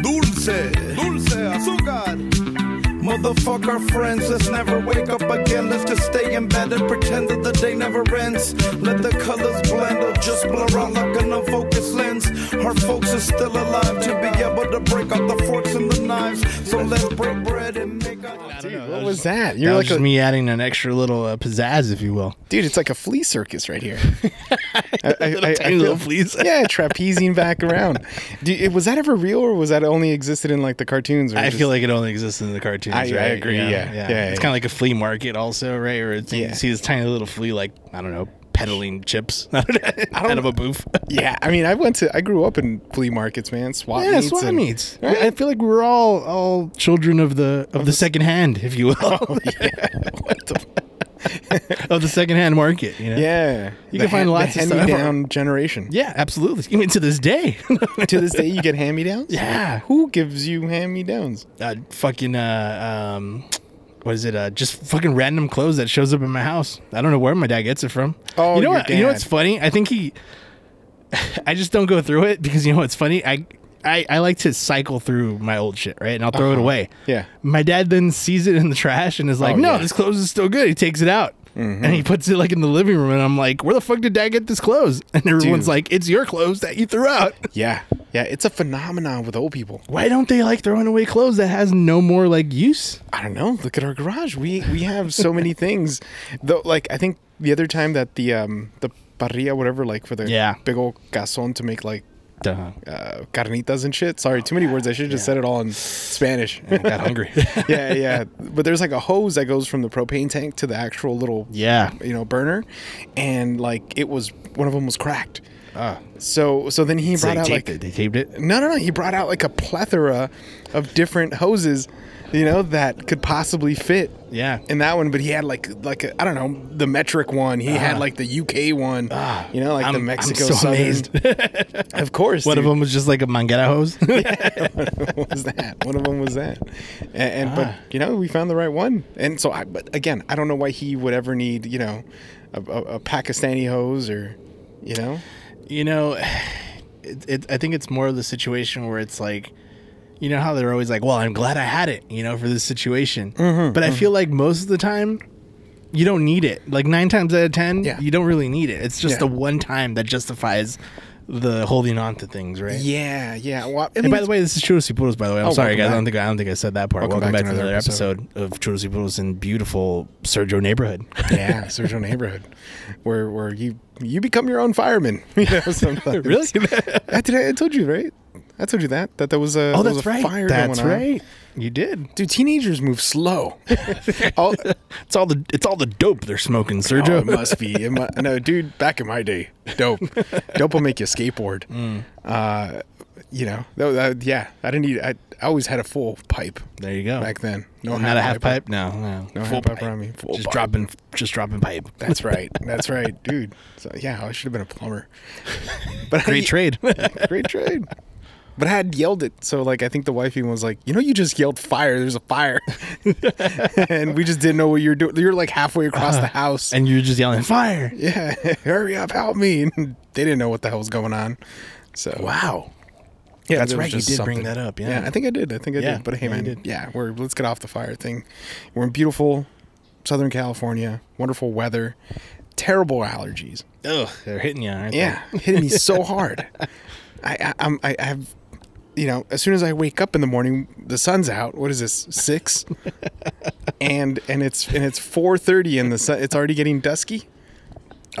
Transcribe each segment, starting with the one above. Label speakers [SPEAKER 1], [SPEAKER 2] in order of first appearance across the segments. [SPEAKER 1] dulce, dulce, azúcar. Motherfucker friends, let's never wake up again. Let's just stay in bed and pretend that the day never ends. Let the colors blend or just blur out like an unfocused lens. Our folks are still alive to be able to break out the forks and the knives. So let's break bread and make a.
[SPEAKER 2] Dude,
[SPEAKER 3] know,
[SPEAKER 2] what
[SPEAKER 3] that
[SPEAKER 2] was,
[SPEAKER 3] was-
[SPEAKER 2] that? You're
[SPEAKER 3] You're that
[SPEAKER 2] like
[SPEAKER 3] like
[SPEAKER 2] a,
[SPEAKER 3] me adding an extra little uh, pizzazz, if you will.
[SPEAKER 2] dude. It's like a flea circus right here. I, I-
[SPEAKER 3] Little
[SPEAKER 2] I- I
[SPEAKER 3] tiny little fleas.
[SPEAKER 2] yeah, trapezing back around. Do, it, was that ever real, or was that only existed in like the cartoons? Or
[SPEAKER 3] I
[SPEAKER 2] just-
[SPEAKER 3] feel like it only exists in the cartoons.
[SPEAKER 2] I- I
[SPEAKER 3] right?
[SPEAKER 2] agree, yeah,
[SPEAKER 3] yeah.
[SPEAKER 2] yeah,
[SPEAKER 3] It's
[SPEAKER 2] yeah.
[SPEAKER 3] kind of like a flea market, also, right? Or it's,
[SPEAKER 2] Yeah.
[SPEAKER 3] you see this tiny little flea, like I don't know, peddling chips out of a booth.
[SPEAKER 2] Yeah, I mean, I went to, I grew up in flea markets, man. Swap
[SPEAKER 3] Yeah,
[SPEAKER 2] meets.
[SPEAKER 3] swap
[SPEAKER 2] and-
[SPEAKER 3] meets.
[SPEAKER 2] Right?
[SPEAKER 3] I feel like we're all all children of the of the second hand, if you will,
[SPEAKER 2] Oh, What the-
[SPEAKER 3] of the second hand market. You know?
[SPEAKER 2] yeah,
[SPEAKER 3] You
[SPEAKER 2] The
[SPEAKER 3] can find
[SPEAKER 2] hand-
[SPEAKER 3] lots
[SPEAKER 2] the
[SPEAKER 3] of stuff.
[SPEAKER 2] hand-me-down generation.
[SPEAKER 3] yeah, absolutely. Even to this day.
[SPEAKER 2] to this day, you get hand-me-downs.
[SPEAKER 3] Yeah.
[SPEAKER 2] who gives you hand-me-downs?
[SPEAKER 3] uh, fucking uh, um, what is it? Uh, just fucking random clothes that shows up in my house. I don't know where my dad gets it from.
[SPEAKER 2] Oh,
[SPEAKER 3] you know
[SPEAKER 2] your
[SPEAKER 3] what? You know
[SPEAKER 2] dad.
[SPEAKER 3] what's funny? I think he. I just don't go through it because you know what's funny? I I, I like to cycle through my old shit, right? And I'll throw it away.
[SPEAKER 2] Uh-huh. Yeah.
[SPEAKER 3] My dad then sees it in the trash and is like,
[SPEAKER 2] Oh,
[SPEAKER 3] "No,
[SPEAKER 2] yeah. Mm-hmm.
[SPEAKER 3] this clothes is still good." He takes it out. And he puts it like in the living room, and I'm like, "Where the fuck did Dad get this clothes?" And everyone's
[SPEAKER 2] Dude.
[SPEAKER 3] like, "It's your clothes that you threw out."
[SPEAKER 2] Yeah, yeah, it's a phenomenon with old people.
[SPEAKER 3] Why don't they like throwing away clothes that has no more like use?
[SPEAKER 2] I don't know. Look at our garage. We we have so many things. Though, like I think the other time that the um the parrilla, whatever, like for the
[SPEAKER 3] Yeah.
[SPEAKER 2] big old cason to make like
[SPEAKER 3] Duh.
[SPEAKER 2] uh, carnitas and shit. Sorry, too many
[SPEAKER 3] Oh,
[SPEAKER 2] words. I should have just said it all in Spanish.
[SPEAKER 3] got hungry.
[SPEAKER 2] yeah, yeah. But there's like a hose that goes from the propane tank to the actual little
[SPEAKER 3] yeah.
[SPEAKER 2] you know burner, and like it was one of them was cracked.
[SPEAKER 3] Ah.
[SPEAKER 2] So so then he
[SPEAKER 3] So
[SPEAKER 2] brought
[SPEAKER 3] they
[SPEAKER 2] out
[SPEAKER 3] taped
[SPEAKER 2] like
[SPEAKER 3] it. They taped it.
[SPEAKER 2] no no no he brought out like a plethora of different hoses, you know that could possibly fit.
[SPEAKER 3] Yeah.
[SPEAKER 2] In that one, but he had like like a, I don't know the metric one. He had like the UK one. Ah, you know, like the
[SPEAKER 3] Ah. I'm- I'm
[SPEAKER 2] Mexico.
[SPEAKER 3] so
[SPEAKER 2] Southern.
[SPEAKER 3] amazed.
[SPEAKER 2] of course,
[SPEAKER 3] One of
[SPEAKER 2] dude.
[SPEAKER 3] them was just like a manguera hose.
[SPEAKER 2] What was that? One of them was that, and, and
[SPEAKER 3] Ah.
[SPEAKER 2] but you know we found the right one, and so I. But again, I don't know why he would ever need you know a, a, a Pakistani hose or you know
[SPEAKER 3] you know, it, it, I think it's more of the situation where it's like, you know how they're always like, well, I'm glad I had it, you know, for this situation.
[SPEAKER 2] Mm-hmm,
[SPEAKER 3] but I feel like most of the time, you don't need it. Like nine times out of ten,
[SPEAKER 2] Yeah.
[SPEAKER 3] you don't really need it. It's just
[SPEAKER 2] Yeah.
[SPEAKER 3] the one time that justifies the holding on to things, right?
[SPEAKER 2] yeah yeah. Well, I
[SPEAKER 3] And
[SPEAKER 2] mean,
[SPEAKER 3] by the way, this is Churros y Puros. By the way, I'm sorry,
[SPEAKER 2] Oh, welcome
[SPEAKER 3] guys. I
[SPEAKER 2] back.
[SPEAKER 3] don't think I don't think I said that part. Welcome, back, to another episode, of Churros y Puros in beautiful Sergio neighborhood.
[SPEAKER 2] yeah, Sergio neighborhood, where where you you become your own fireman. You know, sometimes.
[SPEAKER 3] really?
[SPEAKER 2] I, did, I told you right. I told you that that there was a
[SPEAKER 3] oh,
[SPEAKER 2] there was
[SPEAKER 3] that's
[SPEAKER 2] a
[SPEAKER 3] right.
[SPEAKER 2] Fire
[SPEAKER 3] that's
[SPEAKER 2] going on.
[SPEAKER 3] right. You did.
[SPEAKER 2] Dude, teenagers move slow. All,
[SPEAKER 3] It's all the it's all the dope they're smoking,
[SPEAKER 2] Oh,
[SPEAKER 3] Sergio.
[SPEAKER 2] it must be. It mu- no, dude, back in my day, dope. dope will make you skateboard.
[SPEAKER 3] Mm.
[SPEAKER 2] Uh, you know, tho- that- yeah, I didn't need, I, I always had a full pipe
[SPEAKER 3] there you go.
[SPEAKER 2] back then. No,
[SPEAKER 3] Oh. Not a half pipe. No, no.
[SPEAKER 2] No
[SPEAKER 3] Full
[SPEAKER 2] half pipe around me. Full
[SPEAKER 3] just
[SPEAKER 2] pipe.
[SPEAKER 3] dropping, just dropping pipe.
[SPEAKER 2] That's right. That's right, dude. So, yeah, I should have been a plumber. But
[SPEAKER 3] Great
[SPEAKER 2] I,
[SPEAKER 3] trade.
[SPEAKER 2] Great trade. But I had yelled it. So, like, I think the wifey was like, you know, you just yelled fire. There's a fire. and we just didn't know what you were doing. You're like halfway across the house.
[SPEAKER 3] Uh-huh. and you're just yelling fire.
[SPEAKER 2] yeah, hurry up, help me. And they didn't know what the hell was going on. So,
[SPEAKER 3] Wow.
[SPEAKER 2] Yeah,
[SPEAKER 3] That's
[SPEAKER 2] there was
[SPEAKER 3] right, you
[SPEAKER 2] just
[SPEAKER 3] did bring that up, yeah.
[SPEAKER 2] I think I did. I think I
[SPEAKER 3] Yeah,
[SPEAKER 2] did. But hey,
[SPEAKER 3] yeah, you
[SPEAKER 2] man,
[SPEAKER 3] did.
[SPEAKER 2] yeah, we're let's get off the fire thing. We're in beautiful Southern California. Wonderful weather. Terrible allergies.
[SPEAKER 3] Ugh, they're hitting you. Aren't
[SPEAKER 2] Yeah, hitting me so hard. I, I I'm I I have. You know, as soon as I wake up in the morning, the sun's out. What is this? Six, and and it's and it's four thirty, and the sun. It's already getting dusky.
[SPEAKER 3] they? I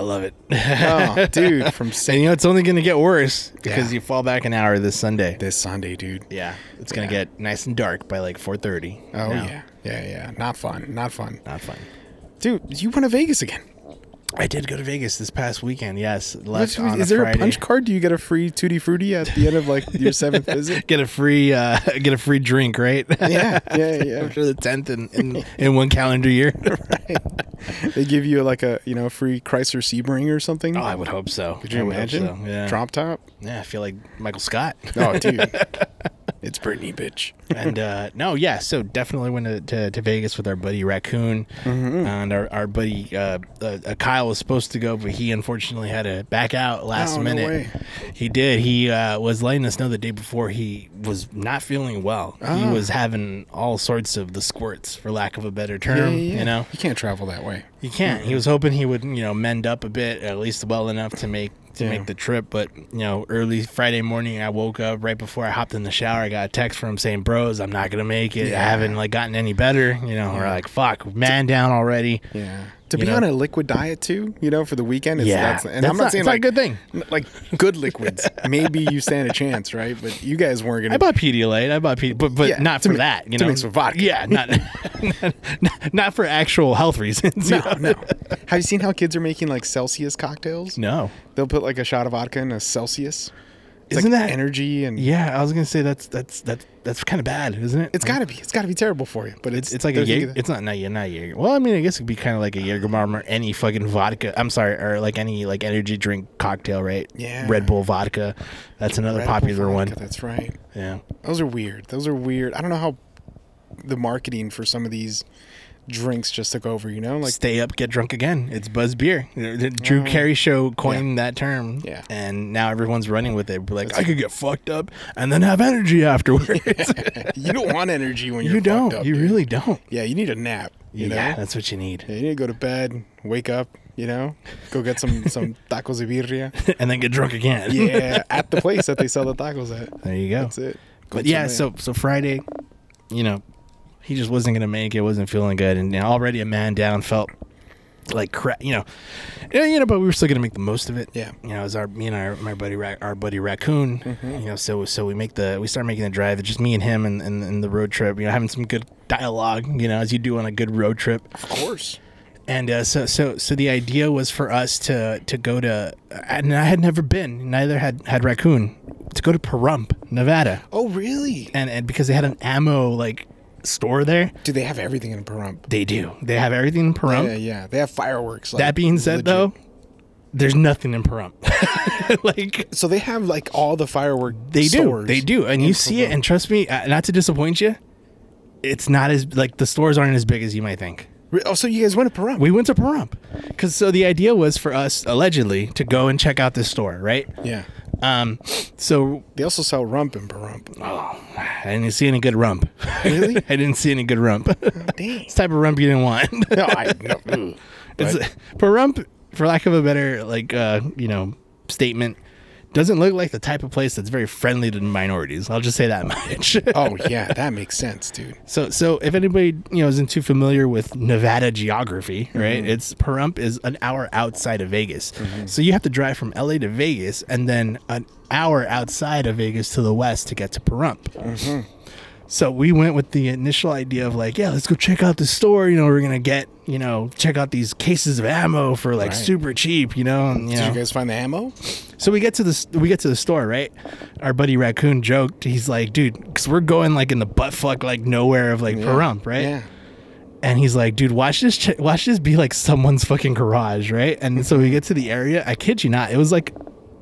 [SPEAKER 3] love it.
[SPEAKER 2] Oh, dude, from
[SPEAKER 3] and
[SPEAKER 2] San
[SPEAKER 3] you know it's only going to get worse because
[SPEAKER 2] Yeah.
[SPEAKER 3] you fall back an hour this Sunday.
[SPEAKER 2] this Sunday, dude.
[SPEAKER 3] Yeah, it's gonna
[SPEAKER 2] Yeah.
[SPEAKER 3] get nice and dark by like 4:30.
[SPEAKER 2] Oh
[SPEAKER 3] No,
[SPEAKER 2] yeah, yeah, yeah. Not fun. Not fun.
[SPEAKER 3] not fun.
[SPEAKER 2] Dude, you went to Vegas again.
[SPEAKER 3] I did go to Vegas this past weekend. Yes,
[SPEAKER 2] Is
[SPEAKER 3] left on a
[SPEAKER 2] there a
[SPEAKER 3] Friday.
[SPEAKER 2] punch card? Do you get a free tutti frutti at the end of like your seventh visit?
[SPEAKER 3] Get a free uh, get a free drink, right?
[SPEAKER 2] Yeah, yeah, yeah.
[SPEAKER 3] After the tenth in, in, in one calendar year.
[SPEAKER 2] They give you like a you know free Chrysler Sebring or something.
[SPEAKER 3] oh, I would hope so.
[SPEAKER 2] Could you
[SPEAKER 3] I would hope
[SPEAKER 2] imagine?
[SPEAKER 3] so, Yeah.
[SPEAKER 2] Drop top.
[SPEAKER 3] Yeah, I feel like Michael Scott.
[SPEAKER 2] Oh, dude. It's Britney, bitch.
[SPEAKER 3] and uh, no, yeah, so definitely went to, to, to Vegas with our buddy Raccoon,
[SPEAKER 2] Mm-hmm.
[SPEAKER 3] and our, our buddy uh, uh, uh, Kyle was supposed to go, but he unfortunately had to back out last
[SPEAKER 2] Oh, no
[SPEAKER 3] minute.
[SPEAKER 2] way.
[SPEAKER 3] He did. He uh, was letting us know the day before he was not feeling well. He
[SPEAKER 2] Ah.
[SPEAKER 3] was having all sorts of the squirts, for lack of a better term. You know,
[SPEAKER 2] you can't travel that way.
[SPEAKER 3] you can't. He was hoping he would, you know, mend up a bit, at least well enough to make to make the trip. But you know, early Friday morning, I woke up right before I hopped in the shower. I got a text from him saying, "Bros, I'm not gonna make it. I
[SPEAKER 2] Yeah.
[SPEAKER 3] haven't like gotten any better." You know, we're like, "Fuck, man down already."
[SPEAKER 2] Yeah. To
[SPEAKER 3] You
[SPEAKER 2] be
[SPEAKER 3] know?
[SPEAKER 2] on a liquid diet too, you know, for the weekend, it's,
[SPEAKER 3] Yeah.
[SPEAKER 2] that's, and
[SPEAKER 3] That's
[SPEAKER 2] I'm not,
[SPEAKER 3] not-
[SPEAKER 2] saying
[SPEAKER 3] it's not a
[SPEAKER 2] like
[SPEAKER 3] good thing.
[SPEAKER 2] n- like good liquids. Maybe you stand a chance, right? But you guys weren't
[SPEAKER 3] I
[SPEAKER 2] gonna.
[SPEAKER 3] bought Pedialyte. I bought Pedialyte, but, but
[SPEAKER 2] Yeah,
[SPEAKER 3] not
[SPEAKER 2] to
[SPEAKER 3] for
[SPEAKER 2] mi-
[SPEAKER 3] that. You
[SPEAKER 2] to
[SPEAKER 3] know,
[SPEAKER 2] mix with vodka.
[SPEAKER 3] Yeah, not, not not for actual health reasons. you know?
[SPEAKER 2] no, no. Have you seen how kids are making like Celsius cocktails?
[SPEAKER 3] no.
[SPEAKER 2] They'll put like a shot of vodka in a Celsius. It's
[SPEAKER 3] Isn't
[SPEAKER 2] like
[SPEAKER 3] that-
[SPEAKER 2] energy and
[SPEAKER 3] Yeah, I was gonna say that's that's that's that's kind of bad, isn't it?
[SPEAKER 2] It's got to be. It's got to be terrible for you. But it's
[SPEAKER 3] It's like a
[SPEAKER 2] there's
[SPEAKER 3] Jaeger. It's not not Jaeger, not Jaeger. Well, I mean, I guess it'd be kind of like a Jaegermom or any fucking vodka. I'm sorry, or like any like energy drink cocktail, right?
[SPEAKER 2] Yeah.
[SPEAKER 3] Red Bull vodka. That's another
[SPEAKER 2] Red Bull
[SPEAKER 3] popular
[SPEAKER 2] vodka,
[SPEAKER 3] one.
[SPEAKER 2] That's right.
[SPEAKER 3] Yeah.
[SPEAKER 2] Those are weird. Those are weird. I don't know how the marketing for some of these drinks just took over. You know, like Mm.
[SPEAKER 3] Stay up, get drunk again. It's buzz beer. The- the Drew Carey show coined that term.
[SPEAKER 2] Yeah.
[SPEAKER 3] And now everyone's running with it. We're like, I could get fucked up and then have energy afterwards.
[SPEAKER 2] you don't want energy when you're
[SPEAKER 3] you don't.
[SPEAKER 2] fucked up,
[SPEAKER 3] you
[SPEAKER 2] dude.
[SPEAKER 3] really don't.
[SPEAKER 2] Yeah, you need a nap. You know,
[SPEAKER 3] yeah, that's what you need.
[SPEAKER 2] Yeah, you need to go to bed, wake up. You know, go get some some tacos de birria.
[SPEAKER 3] and then get drunk again.
[SPEAKER 2] Yeah, at the place that they sell the tacos at.
[SPEAKER 3] There you go.
[SPEAKER 2] That's it.
[SPEAKER 3] But
[SPEAKER 2] Concha
[SPEAKER 3] yeah,
[SPEAKER 2] Maya.
[SPEAKER 3] so so Friday, you know, he just wasn't gonna make it. wasn't feeling good, and already a man down felt like crap. You know, yeah, you know, but we were still gonna make the most of it.
[SPEAKER 2] Yeah.
[SPEAKER 3] you know, it was our me and our my buddy Ra- our buddy Raccoon. You know, so so we make the we start making the drive. It's just me and him and, and and the road trip. You know, having some good dialogue. You know, as you do on a good road trip.
[SPEAKER 2] of course,
[SPEAKER 3] And uh, so, so, so the idea was for us to to go to, and I had never been, neither had had Raccoon, to go to Pahrump, Nevada
[SPEAKER 2] oh really?
[SPEAKER 3] and, and because they had an ammo like store there,
[SPEAKER 2] Do they have everything in Pahrump?
[SPEAKER 3] they do. They have everything in Pahrump.
[SPEAKER 2] Yeah, yeah, they have fireworks. Like,
[SPEAKER 3] that being said,
[SPEAKER 2] legit.
[SPEAKER 3] though, there's nothing in Pahrump. like
[SPEAKER 2] so they have like all the firework.
[SPEAKER 3] they
[SPEAKER 2] stores.
[SPEAKER 3] do, they do, and you see it. And trust me, uh, not to disappoint you, it's not as like the stores aren't as big as you might think.
[SPEAKER 2] Re- Oh, so you guys went to Pahrump?
[SPEAKER 3] We went to Pahrump because so the idea was for us allegedly to go and check out this store, right?
[SPEAKER 2] yeah.
[SPEAKER 3] Um, so oh,
[SPEAKER 2] They also sell rump in Pahrump.
[SPEAKER 3] I didn't see any good rump.
[SPEAKER 2] Really?
[SPEAKER 3] I didn't see any good rump.
[SPEAKER 2] Dang.
[SPEAKER 3] this type of rump you didn't want.
[SPEAKER 2] No, I no.
[SPEAKER 3] It's Pahrump, for lack of a better like uh, you know statement, doesn't look like the type of place that's very friendly to minorities. I'll just say that much.
[SPEAKER 2] Oh yeah, that makes sense, dude.
[SPEAKER 3] so so if anybody you know isn't too familiar with Nevada geography, right? It's Pahrump is an hour outside of Vegas, so you have to drive from LA to Vegas and then an hour outside of Vegas to the west to get to Pahrump. So we went with the initial idea of like, yeah, let's go check out the store. You know, we're gonna get, you know, check out these cases of ammo for like super cheap. You know, and, you
[SPEAKER 2] Did
[SPEAKER 3] know.
[SPEAKER 2] you guys find the ammo?
[SPEAKER 3] so we get to the we get to the store, right? Our buddy Raccoon joked, he's like, dude, because we're going like in the butt fuck like nowhere of like Pahrump, right?
[SPEAKER 2] Yeah.
[SPEAKER 3] and he's like, dude, watch this, ch- watch this be like someone's fucking garage, right? And so we get to the area. I kid you not, it was like,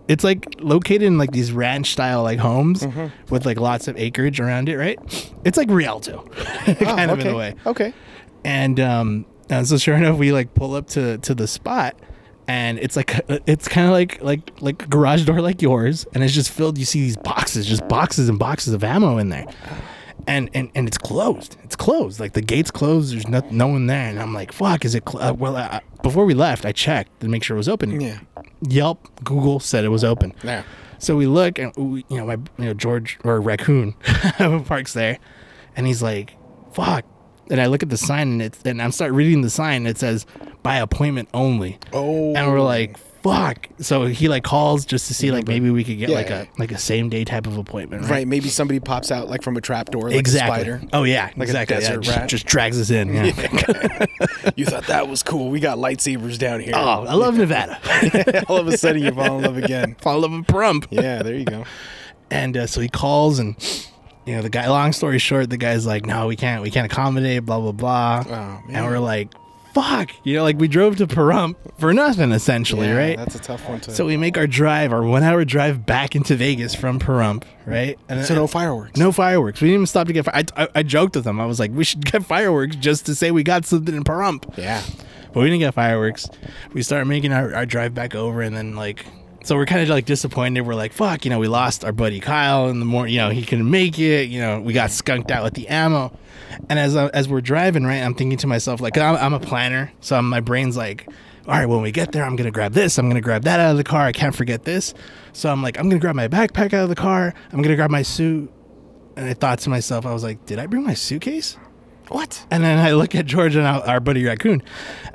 [SPEAKER 3] it's like located in like these ranch style like homes
[SPEAKER 2] Mm-hmm.
[SPEAKER 3] with like lots of acreage around it, right? It's like Rialto, kind
[SPEAKER 2] Oh,
[SPEAKER 3] of in
[SPEAKER 2] okay.
[SPEAKER 3] a way.
[SPEAKER 2] Okay.
[SPEAKER 3] And um, and so sure enough, we like pull up to to the spot. And it's like uh, it's kind of like like like a garage door like yours, and it's just filled. You see these boxes, just boxes and boxes of ammo in there, and and and it's closed. It's closed. Like the gates closed. There's no, no one there, and I'm like, fuck. Is it cl-? uh, well? I, I- before we left, I checked to make sure it was open.
[SPEAKER 2] Yeah.
[SPEAKER 3] Yelp, Google said it was open.
[SPEAKER 2] Yeah.
[SPEAKER 3] So we look, and we, you know, my you know George or raccoon parks there, and he's like, "Fuck!" And I look at the sign, and it's and I'm start reading the sign. And it says, "By appointment only."
[SPEAKER 2] Oh.
[SPEAKER 3] and we're like, "Fuck!" So he like calls just to see like maybe we could get
[SPEAKER 2] Yeah,
[SPEAKER 3] like
[SPEAKER 2] yeah.
[SPEAKER 3] a like a same day type of appointment, right?
[SPEAKER 2] Right. Maybe somebody pops out like from a trapdoor, like
[SPEAKER 3] exactly.
[SPEAKER 2] a spider.
[SPEAKER 3] Oh yeah,
[SPEAKER 2] Like a
[SPEAKER 3] exactly. Yeah,
[SPEAKER 2] desert
[SPEAKER 3] just,
[SPEAKER 2] rat.
[SPEAKER 3] just drags us in. yeah.
[SPEAKER 2] You thought that was cool. We got lightsabers down here.
[SPEAKER 3] Oh, I love Nevada.
[SPEAKER 2] All of a sudden, you fall in love again.
[SPEAKER 3] I love a Pahrump.
[SPEAKER 2] Yeah. There you go.
[SPEAKER 3] And uh, so he calls and you know the guy. Long story short, the guy's like, "No, we can't. We can't accommodate." Blah blah blah.
[SPEAKER 2] Oh, man.
[SPEAKER 3] and we're like, fuck? You know, like we drove to Pahrump for nothing essentially,
[SPEAKER 2] Yeah,
[SPEAKER 3] right?
[SPEAKER 2] That's a tough one to.
[SPEAKER 3] So we make our drive, our one hour drive back into Vegas from Pahrump, right? And
[SPEAKER 2] so no fireworks.
[SPEAKER 3] no fireworks. We didn't even stop to get. Fire- I, I, I joked with them. I was like, we should get fireworks just to say we got something in Pahrump.
[SPEAKER 2] Yeah.
[SPEAKER 3] But we didn't get fireworks. We started making our, our drive back over, and then like, so we're kind of like disappointed. We're like, fuck, you know, we lost our buddy Kyle in the morning. You know, he couldn't make it. You know, we got skunked out with the ammo. And as I- as we're driving, right, I'm thinking to myself like, I'm, I'm a planner, so I'm, my brain's like. All right, when we get there, I'm gonna grab this. I'm gonna grab that out of the car. I can't forget this. So I'm like, I'm gonna grab my backpack out of the car. I'm gonna grab my suit. And I thought to myself, I was like, did I bring my suitcase?
[SPEAKER 2] What?
[SPEAKER 3] And then I look at George and our, our buddy Raccoon.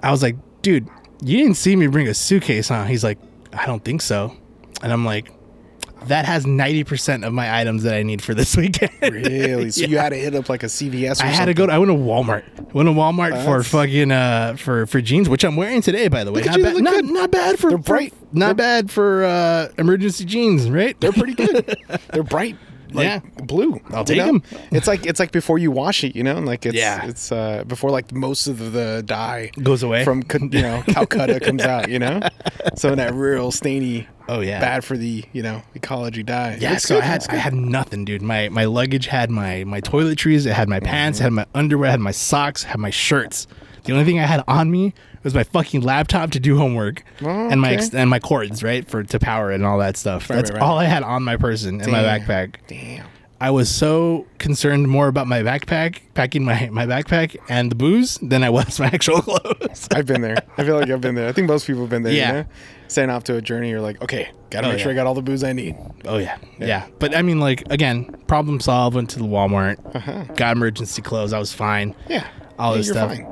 [SPEAKER 3] I was like, dude, you didn't see me bring a suitcase, huh? He's like, I don't think so. And I'm like, that has 90% of my items that I need for this weekend.
[SPEAKER 2] Really? So you had to hit up like a CVS. Or
[SPEAKER 3] I had to go. To, I went to Walmart. Went to Walmart for
[SPEAKER 2] that's-
[SPEAKER 3] fucking uh for for jeans, which I'm wearing today, by the way.
[SPEAKER 2] Look at
[SPEAKER 3] Not
[SPEAKER 2] you,
[SPEAKER 3] bad.
[SPEAKER 2] look
[SPEAKER 3] Not,
[SPEAKER 2] good.
[SPEAKER 3] not bad for
[SPEAKER 2] They're
[SPEAKER 3] for-
[SPEAKER 2] bright.
[SPEAKER 3] Not bad for uh emergency jeans, right?
[SPEAKER 2] They're pretty good. They're bright. Like,
[SPEAKER 3] Yeah.
[SPEAKER 2] blue. I'll
[SPEAKER 3] take 'em.
[SPEAKER 2] It's like it's like before you wash it, you know, and like it's
[SPEAKER 3] Yeah.
[SPEAKER 2] it's uh, before like most of the dye
[SPEAKER 3] Goes away.
[SPEAKER 2] from Ca- you know Calcutta comes out, you know, so that real stainy,
[SPEAKER 3] Oh, yeah.
[SPEAKER 2] bad for the you know ecology dye.
[SPEAKER 3] Yeah,
[SPEAKER 2] Looks
[SPEAKER 3] so
[SPEAKER 2] good,
[SPEAKER 3] I had
[SPEAKER 2] looks
[SPEAKER 3] I
[SPEAKER 2] good.
[SPEAKER 3] had nothing, dude. My my luggage had my my toiletries, it
[SPEAKER 2] Mm-hmm.
[SPEAKER 3] had my pants, it had my underwear, it had my socks, it had my shirts. The only thing I had on me was my fucking laptop to do homework and my ex-
[SPEAKER 2] Okay.
[SPEAKER 3] and my cords, right, for to power it and all that stuff. That's
[SPEAKER 2] right, right.
[SPEAKER 3] all I had on my person in my
[SPEAKER 2] Damn.
[SPEAKER 3] backpack.
[SPEAKER 2] damn.
[SPEAKER 3] I was so concerned more about my backpack, packing my my backpack and the booze than I was my actual clothes.
[SPEAKER 2] I've been there. I feel like I've been there. I think most people have been there.
[SPEAKER 3] Yeah.
[SPEAKER 2] You know? Setting off to a journey, you're like, okay, gotta
[SPEAKER 3] Oh,
[SPEAKER 2] make sure I
[SPEAKER 3] yeah.
[SPEAKER 2] got all the booze I need.
[SPEAKER 3] Oh yeah. yeah, But I mean, like again, problem solved. Went to the Walmart,
[SPEAKER 2] Uh-huh.
[SPEAKER 3] got emergency clothes. I was fine.
[SPEAKER 2] Yeah,
[SPEAKER 3] All
[SPEAKER 2] yeah,
[SPEAKER 3] this
[SPEAKER 2] you're
[SPEAKER 3] stuff.
[SPEAKER 2] fine.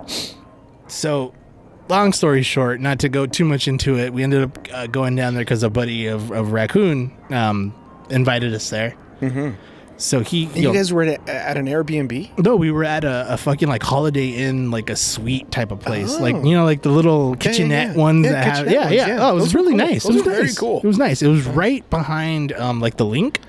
[SPEAKER 3] So, long story short, not to go too much into it, we ended up uh, going down there because a buddy of, of Raccoon um, invited us there. Mm-hmm. So he,
[SPEAKER 2] And
[SPEAKER 3] yo-
[SPEAKER 2] you guys were at, a, at an Airbnb.
[SPEAKER 3] no, we were at a, a fucking like Holiday Inn, like a suite type of place,
[SPEAKER 2] Oh.
[SPEAKER 3] like you know, like the little kitchenette
[SPEAKER 2] yeah.
[SPEAKER 3] ones
[SPEAKER 2] Yeah,
[SPEAKER 3] that have,
[SPEAKER 2] kitchenette
[SPEAKER 3] yeah,
[SPEAKER 2] ones,
[SPEAKER 3] yeah,
[SPEAKER 2] yeah.
[SPEAKER 3] Oh, it was
[SPEAKER 2] Those were
[SPEAKER 3] really
[SPEAKER 2] cool.
[SPEAKER 3] nice.
[SPEAKER 2] Those
[SPEAKER 3] it was
[SPEAKER 2] were very
[SPEAKER 3] nice.
[SPEAKER 2] cool.
[SPEAKER 3] It was nice. It was right behind um, like the link.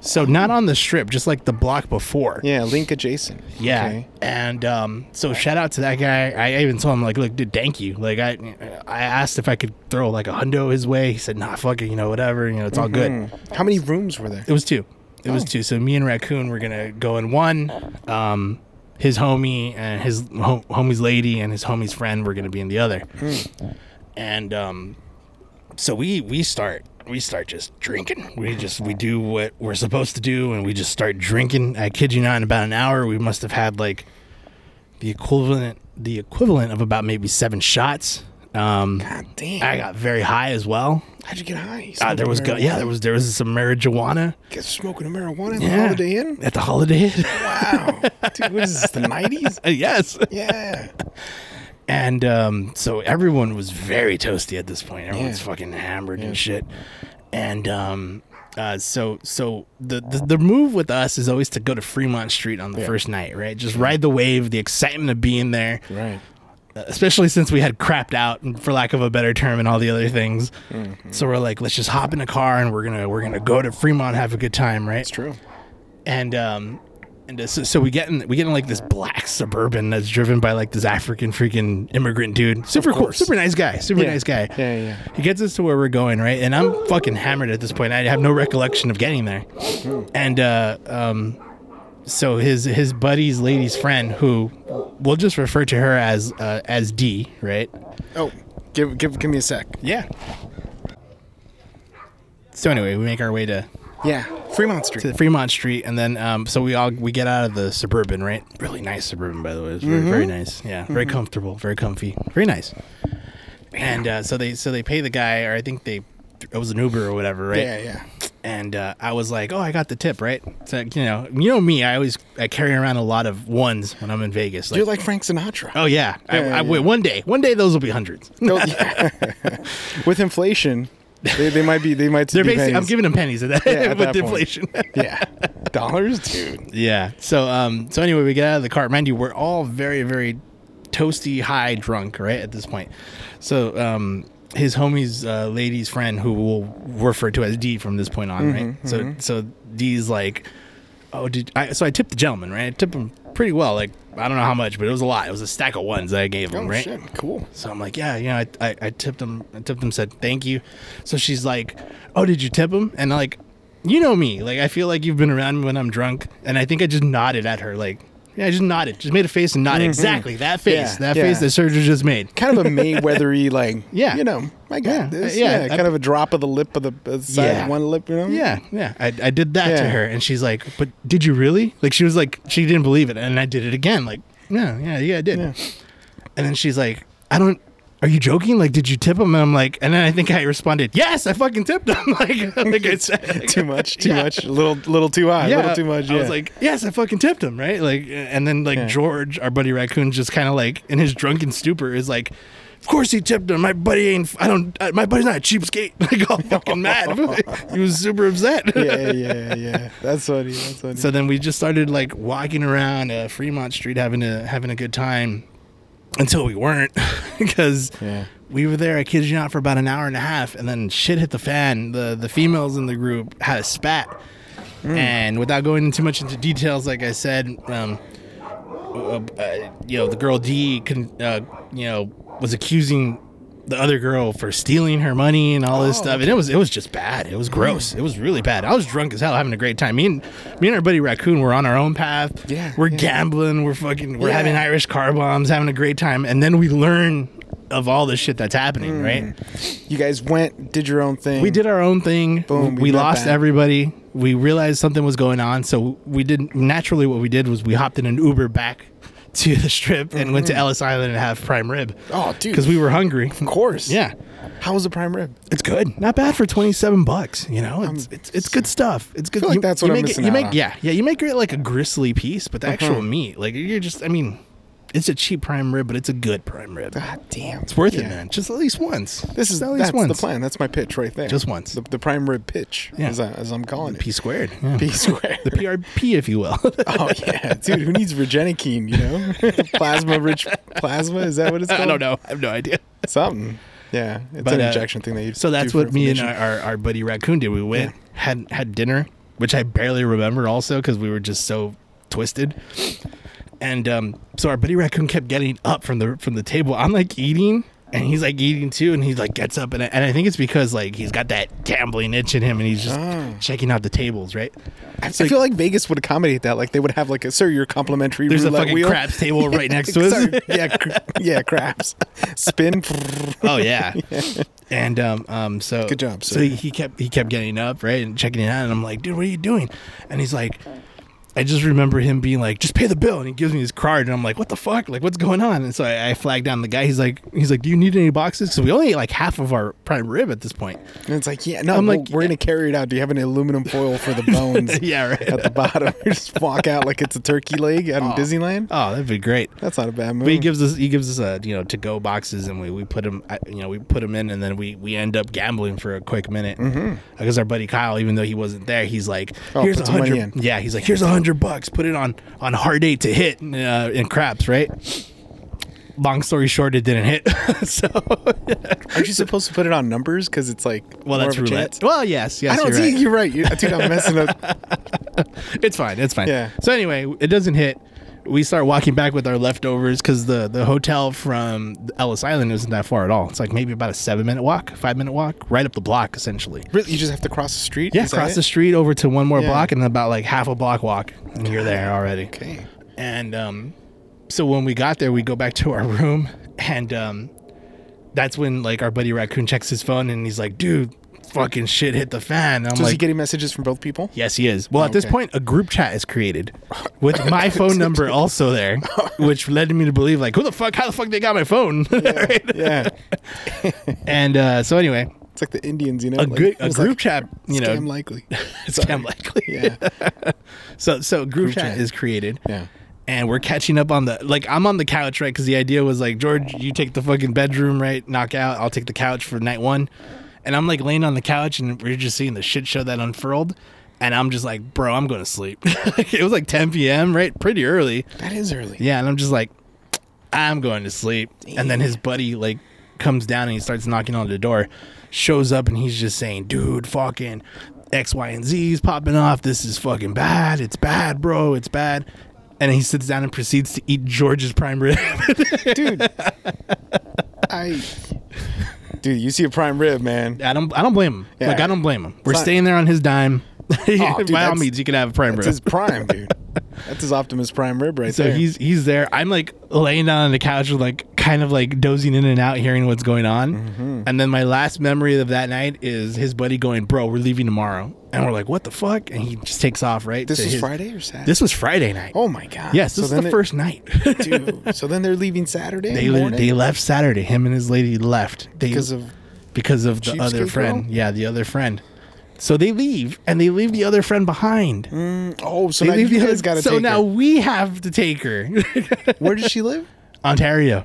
[SPEAKER 3] So not on the strip, just like the block before.
[SPEAKER 2] Yeah, link adjacent.
[SPEAKER 3] Yeah.
[SPEAKER 2] Okay.
[SPEAKER 3] And um, so shout out to that guy. I even told him like, look, dude, thank you. Like I, I asked if I could throw like a hundo his way. He said, nah, fuck it, you know, whatever, you know, it's all good.
[SPEAKER 2] How many rooms were there?
[SPEAKER 3] It was two. It was two. So me and Raccoon were gonna go in one. Um, his homie and his ho- homie's lady and his homie's friend were gonna be in the other. And um, so we we start we start just drinking. We just we do what we're supposed to do, and we just start drinking. I kid you not. In about an hour, we must have had like the equivalent the equivalent of about maybe seven shots. Um,
[SPEAKER 2] God damn.
[SPEAKER 3] I got very high as well.
[SPEAKER 2] How'd you get high? You
[SPEAKER 3] Uh, there
[SPEAKER 2] smoking
[SPEAKER 3] was go- yeah
[SPEAKER 2] marijuana?
[SPEAKER 3] there was there was some marijuana.
[SPEAKER 2] Get smoking a marijuana at the
[SPEAKER 3] Yeah.
[SPEAKER 2] Holiday Inn?
[SPEAKER 3] At the Holiday Inn.
[SPEAKER 2] Wow. Dude, what is this, the 90s?
[SPEAKER 3] yes.
[SPEAKER 2] Yeah.
[SPEAKER 3] And um, so everyone was very toasty at this point. Everyone's
[SPEAKER 2] Yeah.
[SPEAKER 3] fucking hammered and shit. And um, uh, so so the, the the move with us is always to go to Fremont Street on the first night, right? Just ride the wave, the excitement of being there,
[SPEAKER 2] Right.
[SPEAKER 3] especially since we had crapped out for lack of a better term and all the other things.
[SPEAKER 2] Mm-hmm.
[SPEAKER 3] So we're like, let's just hop in a car and we're gonna we're gonna go to Fremont, have a good time, right?
[SPEAKER 2] It's true.
[SPEAKER 3] and um and uh, so, so we get in we get in like this black suburban that's driven by like this African freaking immigrant dude. Super cool,
[SPEAKER 2] course.
[SPEAKER 3] super nice guy, super
[SPEAKER 2] Yeah.
[SPEAKER 3] nice guy.
[SPEAKER 2] Yeah, yeah.
[SPEAKER 3] He gets us to where we're going, right? And I'm fucking hammered at this point. I have no recollection of getting there.
[SPEAKER 2] Hmm.
[SPEAKER 3] And uh um so his his buddy's lady's friend who we'll just refer to her as uh, as D, right?
[SPEAKER 2] Oh, give give give me a sec.
[SPEAKER 3] Yeah. So anyway, we make our way to
[SPEAKER 2] Yeah. Fremont
[SPEAKER 3] to
[SPEAKER 2] Street.
[SPEAKER 3] Fremont Street, and then um, so we all we get out of the suburban, right? Really nice suburban, by the way. It's very,
[SPEAKER 2] Mm-hmm.
[SPEAKER 3] very nice. Yeah, very comfortable, very comfy, very nice. And uh, so they so they pay the guy, or I think they it was an Uber or whatever, right?
[SPEAKER 2] Yeah, yeah.
[SPEAKER 3] And uh, I was like, oh, I got the tip, right? So you know, you know me, I always I carry around a lot of ones when I'm in Vegas. Like,
[SPEAKER 2] You're like Frank Sinatra.
[SPEAKER 3] oh yeah, I,
[SPEAKER 2] Yeah,
[SPEAKER 3] I,
[SPEAKER 2] yeah.
[SPEAKER 3] one day, one day those will be hundreds.
[SPEAKER 2] No, yeah. With inflation, they, they might be they might
[SPEAKER 3] They're
[SPEAKER 2] be
[SPEAKER 3] basically I'm
[SPEAKER 2] pennies.
[SPEAKER 3] giving them pennies at that
[SPEAKER 2] Yeah, at
[SPEAKER 3] with
[SPEAKER 2] that point.
[SPEAKER 3] inflation.
[SPEAKER 2] Yeah. Dollars, dude.
[SPEAKER 3] Yeah. So um so anyway, we get out of the car. Mind you, we're all very, very toasty, high, drunk, right, at this point. So um his homie's uh, lady's friend who we'll refer to as D from this
[SPEAKER 2] Mm-hmm,
[SPEAKER 3] point on, right? So so D's like, Oh, did I so I tipped the gentleman, right? I tipped him pretty well. Like I don't know how much, but it was a lot. It was a stack of ones that I gave him,
[SPEAKER 2] Oh
[SPEAKER 3] right?
[SPEAKER 2] shit! Cool.
[SPEAKER 3] So I'm like, yeah, you know, I, I, I tipped him. I tipped him, said thank you. So she's like, oh, did you tip him? And I'm like, you know me, like I feel like you've been around me when I'm drunk, and I think I just nodded at her, like, yeah, I just nodded, just made a face and nodded, exactly that face,
[SPEAKER 2] Mm-hmm. Yeah,
[SPEAKER 3] that
[SPEAKER 2] yeah.
[SPEAKER 3] face that Sergio just made.
[SPEAKER 2] Kind of a Mayweathery like.
[SPEAKER 3] Yeah.
[SPEAKER 2] You know, I got
[SPEAKER 3] Yeah,
[SPEAKER 2] this.
[SPEAKER 3] yeah,
[SPEAKER 2] Yeah.
[SPEAKER 3] I-
[SPEAKER 2] kind of a drop of the lip of the uh, side
[SPEAKER 3] Yeah.
[SPEAKER 2] of one lip. You know.
[SPEAKER 3] Yeah, yeah, I, I did that to
[SPEAKER 2] Mm. Yeah.
[SPEAKER 3] her, and she's like, but did you really? Like she was like, she didn't believe it, and I did it again, like, yeah, yeah, yeah, I did.
[SPEAKER 2] Yeah.
[SPEAKER 3] And then she's like, I don't. Are you joking? Like, did you tip him? And I'm like, and then I think I responded, yes, I fucking tipped him. like, I think I said
[SPEAKER 2] too much. Too
[SPEAKER 3] Yeah.
[SPEAKER 2] much. A little. Little too high. A little too much. Yeah.
[SPEAKER 3] I was like, yes, I fucking tipped him, right? Like, and then like
[SPEAKER 2] Yeah.
[SPEAKER 3] George, our buddy Raccoon, just kind of like in his drunken stupor is like, of course he tipped him. My buddy ain't. I don't. uh, My buddy's not a cheapskate. Like all fucking mad. he was super upset.
[SPEAKER 2] yeah, yeah, yeah. That's funny. That's funny.
[SPEAKER 3] So then we just started like walking around uh, Fremont Street, having a having a good time, until we weren't, because
[SPEAKER 2] Yeah.
[SPEAKER 3] we were there. I kid you not, for about an hour and a half, and then shit hit the fan. The the females in the group had a spat, and without going too much into details, like I said, um, uh, uh, you know, the girl D, con- uh, you know, was accusing the other girl for stealing her money and all this
[SPEAKER 2] Oh,
[SPEAKER 3] stuff, and it was it was just bad. It was gross. It was really bad. I was drunk as hell, having a great time. Me and me and our buddy Raccoon were on our own path.
[SPEAKER 2] Yeah,
[SPEAKER 3] we're
[SPEAKER 2] yeah.
[SPEAKER 3] gambling. We're fucking. We're
[SPEAKER 2] Yeah.
[SPEAKER 3] having Irish car bombs, having a great time, and then we learn of all the shit that's
[SPEAKER 2] Mm.
[SPEAKER 3] happening. Right?
[SPEAKER 2] you guys went, did your own thing.
[SPEAKER 3] We did our own thing.
[SPEAKER 2] Boom,
[SPEAKER 3] We,
[SPEAKER 2] we
[SPEAKER 3] we
[SPEAKER 2] met
[SPEAKER 3] lost
[SPEAKER 2] back.
[SPEAKER 3] everybody. We realized something was going on, so we did naturally. What we did was we hopped in an Uber back to the strip and went to Ellis Island and have prime rib.
[SPEAKER 2] Mm-hmm. Oh, dude.
[SPEAKER 3] because we were hungry.
[SPEAKER 2] Of course.
[SPEAKER 3] Yeah.
[SPEAKER 2] How was the prime rib?
[SPEAKER 3] It's good. Not bad for 27 bucks, you know? It's it's, it's good stuff. It's good.
[SPEAKER 2] Um, feel like
[SPEAKER 3] you,
[SPEAKER 2] that's
[SPEAKER 3] you
[SPEAKER 2] what I'm
[SPEAKER 3] make it-
[SPEAKER 2] missing
[SPEAKER 3] you
[SPEAKER 2] out
[SPEAKER 3] make
[SPEAKER 2] on. Mm-hmm.
[SPEAKER 3] yeah. Yeah, you make it like a gristly piece, but the actual meat, like you're just I mean, it's a cheap prime rib, but it's a good prime rib.
[SPEAKER 2] God damn.
[SPEAKER 3] It's worth it,
[SPEAKER 2] Yeah.
[SPEAKER 3] man. Just at least once.
[SPEAKER 2] This is
[SPEAKER 3] at
[SPEAKER 2] that's the plan. That's my pitch right there.
[SPEAKER 3] Just once.
[SPEAKER 2] The, the prime rib pitch,
[SPEAKER 3] Yeah.
[SPEAKER 2] as, I, as I'm calling it.
[SPEAKER 3] P squared. Yeah.
[SPEAKER 2] P square.
[SPEAKER 3] the PRP if you will.
[SPEAKER 2] oh yeah, dude. Who needs Regenikine? You know, plasma rich plasma. Is that what it's called?
[SPEAKER 3] I don't know. I have no idea.
[SPEAKER 2] Something. Yeah, it's
[SPEAKER 3] But,
[SPEAKER 2] an
[SPEAKER 3] uh,
[SPEAKER 2] injection thing that you.
[SPEAKER 3] So that's
[SPEAKER 2] do for
[SPEAKER 3] what me and uh, our,
[SPEAKER 2] inflammation.
[SPEAKER 3] our, our buddy Raccoon did. We went had had dinner, which I barely remember also because we were just so twisted. And um, so our buddy Raccoon kept getting up from the from the table. I'm like eating, and he's like eating too, and he like gets up, and I, and I think it's because like he's got that gambling itch in him, and he's just
[SPEAKER 2] Ah.
[SPEAKER 3] checking out the tables, right?
[SPEAKER 2] I, I feel like Vegas would accommodate that. Like they would have like a sir, your complimentary.
[SPEAKER 3] There's a
[SPEAKER 2] roulette
[SPEAKER 3] fucking
[SPEAKER 2] wheel.
[SPEAKER 3] craps table right next to us.
[SPEAKER 2] Sorry. Yeah, cr- yeah, craps. Spin.
[SPEAKER 3] oh yeah. And um, um, so
[SPEAKER 2] Good job,
[SPEAKER 3] So
[SPEAKER 2] sir.
[SPEAKER 3] he, he kept he kept getting up right and checking it out, and I'm like, dude, what are you doing? And he's like, I just remember him being like, just pay the bill, and he gives me his card, and I'm like, what the fuck? Like, what's going on? And so I, I flagged down the guy. He's like, he's like, do you need any boxes? So we only ate like half of our prime rib at this point.
[SPEAKER 2] And it's like, yeah, no,
[SPEAKER 3] I'm
[SPEAKER 2] I'm
[SPEAKER 3] like,
[SPEAKER 2] like, we're gonna carry it out. Do you have an aluminum foil for the bones?
[SPEAKER 3] Yeah, right.
[SPEAKER 2] At the bottom, you just walk out like it's a turkey leg out in Disneyland.
[SPEAKER 3] Oh, that'd be great.
[SPEAKER 2] That's not a bad
[SPEAKER 3] But he
[SPEAKER 2] move.
[SPEAKER 3] gives us he gives us a you know to go boxes and we we put him you know we put him in and then we we end up gambling for a quick minute because our buddy Kyle even though he wasn't there he's like
[SPEAKER 2] Mm-hmm. Oh,
[SPEAKER 3] here's a
[SPEAKER 2] put some money
[SPEAKER 3] hundred
[SPEAKER 2] in.
[SPEAKER 3] yeah he's like here's a hundred bucks put it on on hard eight to hit uh, in craps right. Long story short, it didn't hit. so
[SPEAKER 2] Aren't you supposed to put it on numbers? Because it's like more
[SPEAKER 3] well, that's
[SPEAKER 2] of a
[SPEAKER 3] roulette.
[SPEAKER 2] chance?
[SPEAKER 3] Well, yes, yes,
[SPEAKER 2] I don't
[SPEAKER 3] you're
[SPEAKER 2] see.
[SPEAKER 3] right.
[SPEAKER 2] You're right. You, dude, I'm messing up.
[SPEAKER 3] It's fine. It's fine.
[SPEAKER 2] Yeah.
[SPEAKER 3] So anyway, it doesn't hit. We start walking back with our leftovers because the the hotel from Ellis Island isn't that far at all. It's like maybe about a seven minute walk, five minute walk, right up the block essentially.
[SPEAKER 2] Really, you just have to cross the street.
[SPEAKER 3] Yeah, across the street over to one more
[SPEAKER 2] Yeah.
[SPEAKER 3] block and then about like half a block walk, and you're there already.
[SPEAKER 2] Okay.
[SPEAKER 3] And um, so when we got there, we go back to our room, and um, that's when like our buddy Raccoon checks his phone and he's like, "Dude, fucking shit hit the fan." And I'm
[SPEAKER 2] So is he
[SPEAKER 3] like,
[SPEAKER 2] getting messages from both people?
[SPEAKER 3] Yes, he is. Well, at this
[SPEAKER 2] Okay.
[SPEAKER 3] point, a group chat is created with my phone number also there, which led me to believe like, who the fuck, how the fuck they got my phone? Right?
[SPEAKER 2] Yeah.
[SPEAKER 3] And uh, so anyway,
[SPEAKER 2] It's like the Indians, you know.
[SPEAKER 3] a,
[SPEAKER 2] like,
[SPEAKER 3] group a
[SPEAKER 2] it's
[SPEAKER 3] group
[SPEAKER 2] like,
[SPEAKER 3] chat, you know,
[SPEAKER 2] scam likely.
[SPEAKER 3] scam likely.
[SPEAKER 2] Yeah.
[SPEAKER 3] So so group, chat,
[SPEAKER 2] chat.
[SPEAKER 3] is created.
[SPEAKER 2] Yeah.
[SPEAKER 3] And we're catching up on the like I'm on the couch right because the idea was like George, you take the fucking bedroom right, knock out. I'll take the couch for night one, and I'm like laying on the couch and we're just seeing the shit show that unfurled, and I'm just like, bro, I'm going to sleep. it was like 10 p.m. right, pretty early.
[SPEAKER 2] That is early.
[SPEAKER 3] Yeah, and I'm just like, I'm going to sleep. And then his buddy like comes down and he starts knocking on the door, shows up and he's just saying, dude, fucking X, Y, and Z's popping off. This is fucking bad. It's bad, bro. It's bad. and he sits down and proceeds to eat George's prime rib.
[SPEAKER 2] dude. I, dude, you see a prime rib, man.
[SPEAKER 3] I don't. I don't blame him.
[SPEAKER 2] Yeah.
[SPEAKER 3] Like I don't blame him. We're
[SPEAKER 2] not-
[SPEAKER 3] staying there on his dime.
[SPEAKER 2] dude,
[SPEAKER 3] By all
[SPEAKER 2] that's-
[SPEAKER 3] means, you can have a prime
[SPEAKER 2] That's
[SPEAKER 3] rib.
[SPEAKER 2] his prime, dude. That's his Optimus Prime rib right
[SPEAKER 3] So
[SPEAKER 2] there.
[SPEAKER 3] he's he's there. I'm like laying down on the couch, with like kind of like dozing in and out, hearing what's going on.
[SPEAKER 2] Mm-hmm.
[SPEAKER 3] And then my last memory of that night is his buddy going, "Bro, we're leaving tomorrow," and we're like, "What the fuck?" And he just takes off. Right.
[SPEAKER 2] this
[SPEAKER 3] to
[SPEAKER 2] was
[SPEAKER 3] his-
[SPEAKER 2] Friday or Saturday?
[SPEAKER 3] This was Friday night.
[SPEAKER 2] oh my god.
[SPEAKER 3] yes, this
[SPEAKER 2] so
[SPEAKER 3] is the
[SPEAKER 2] then
[SPEAKER 3] first night.
[SPEAKER 2] they- dude, so then they're leaving Saturday.
[SPEAKER 3] they le-
[SPEAKER 2] morning
[SPEAKER 3] they left Saturday. Him and his lady left They-
[SPEAKER 2] because of
[SPEAKER 3] because of the other
[SPEAKER 2] Cheapskate
[SPEAKER 3] friend.
[SPEAKER 2] girl?
[SPEAKER 3] Yeah, the other friend. So they leave and they leave the other friend behind.
[SPEAKER 2] oh, so
[SPEAKER 3] They
[SPEAKER 2] now
[SPEAKER 3] leave
[SPEAKER 2] you
[SPEAKER 3] the
[SPEAKER 2] guys
[SPEAKER 3] other-
[SPEAKER 2] got to
[SPEAKER 3] so
[SPEAKER 2] take
[SPEAKER 3] now
[SPEAKER 2] her.
[SPEAKER 3] we have to take her.
[SPEAKER 2] Where does she live?
[SPEAKER 3] Ontario.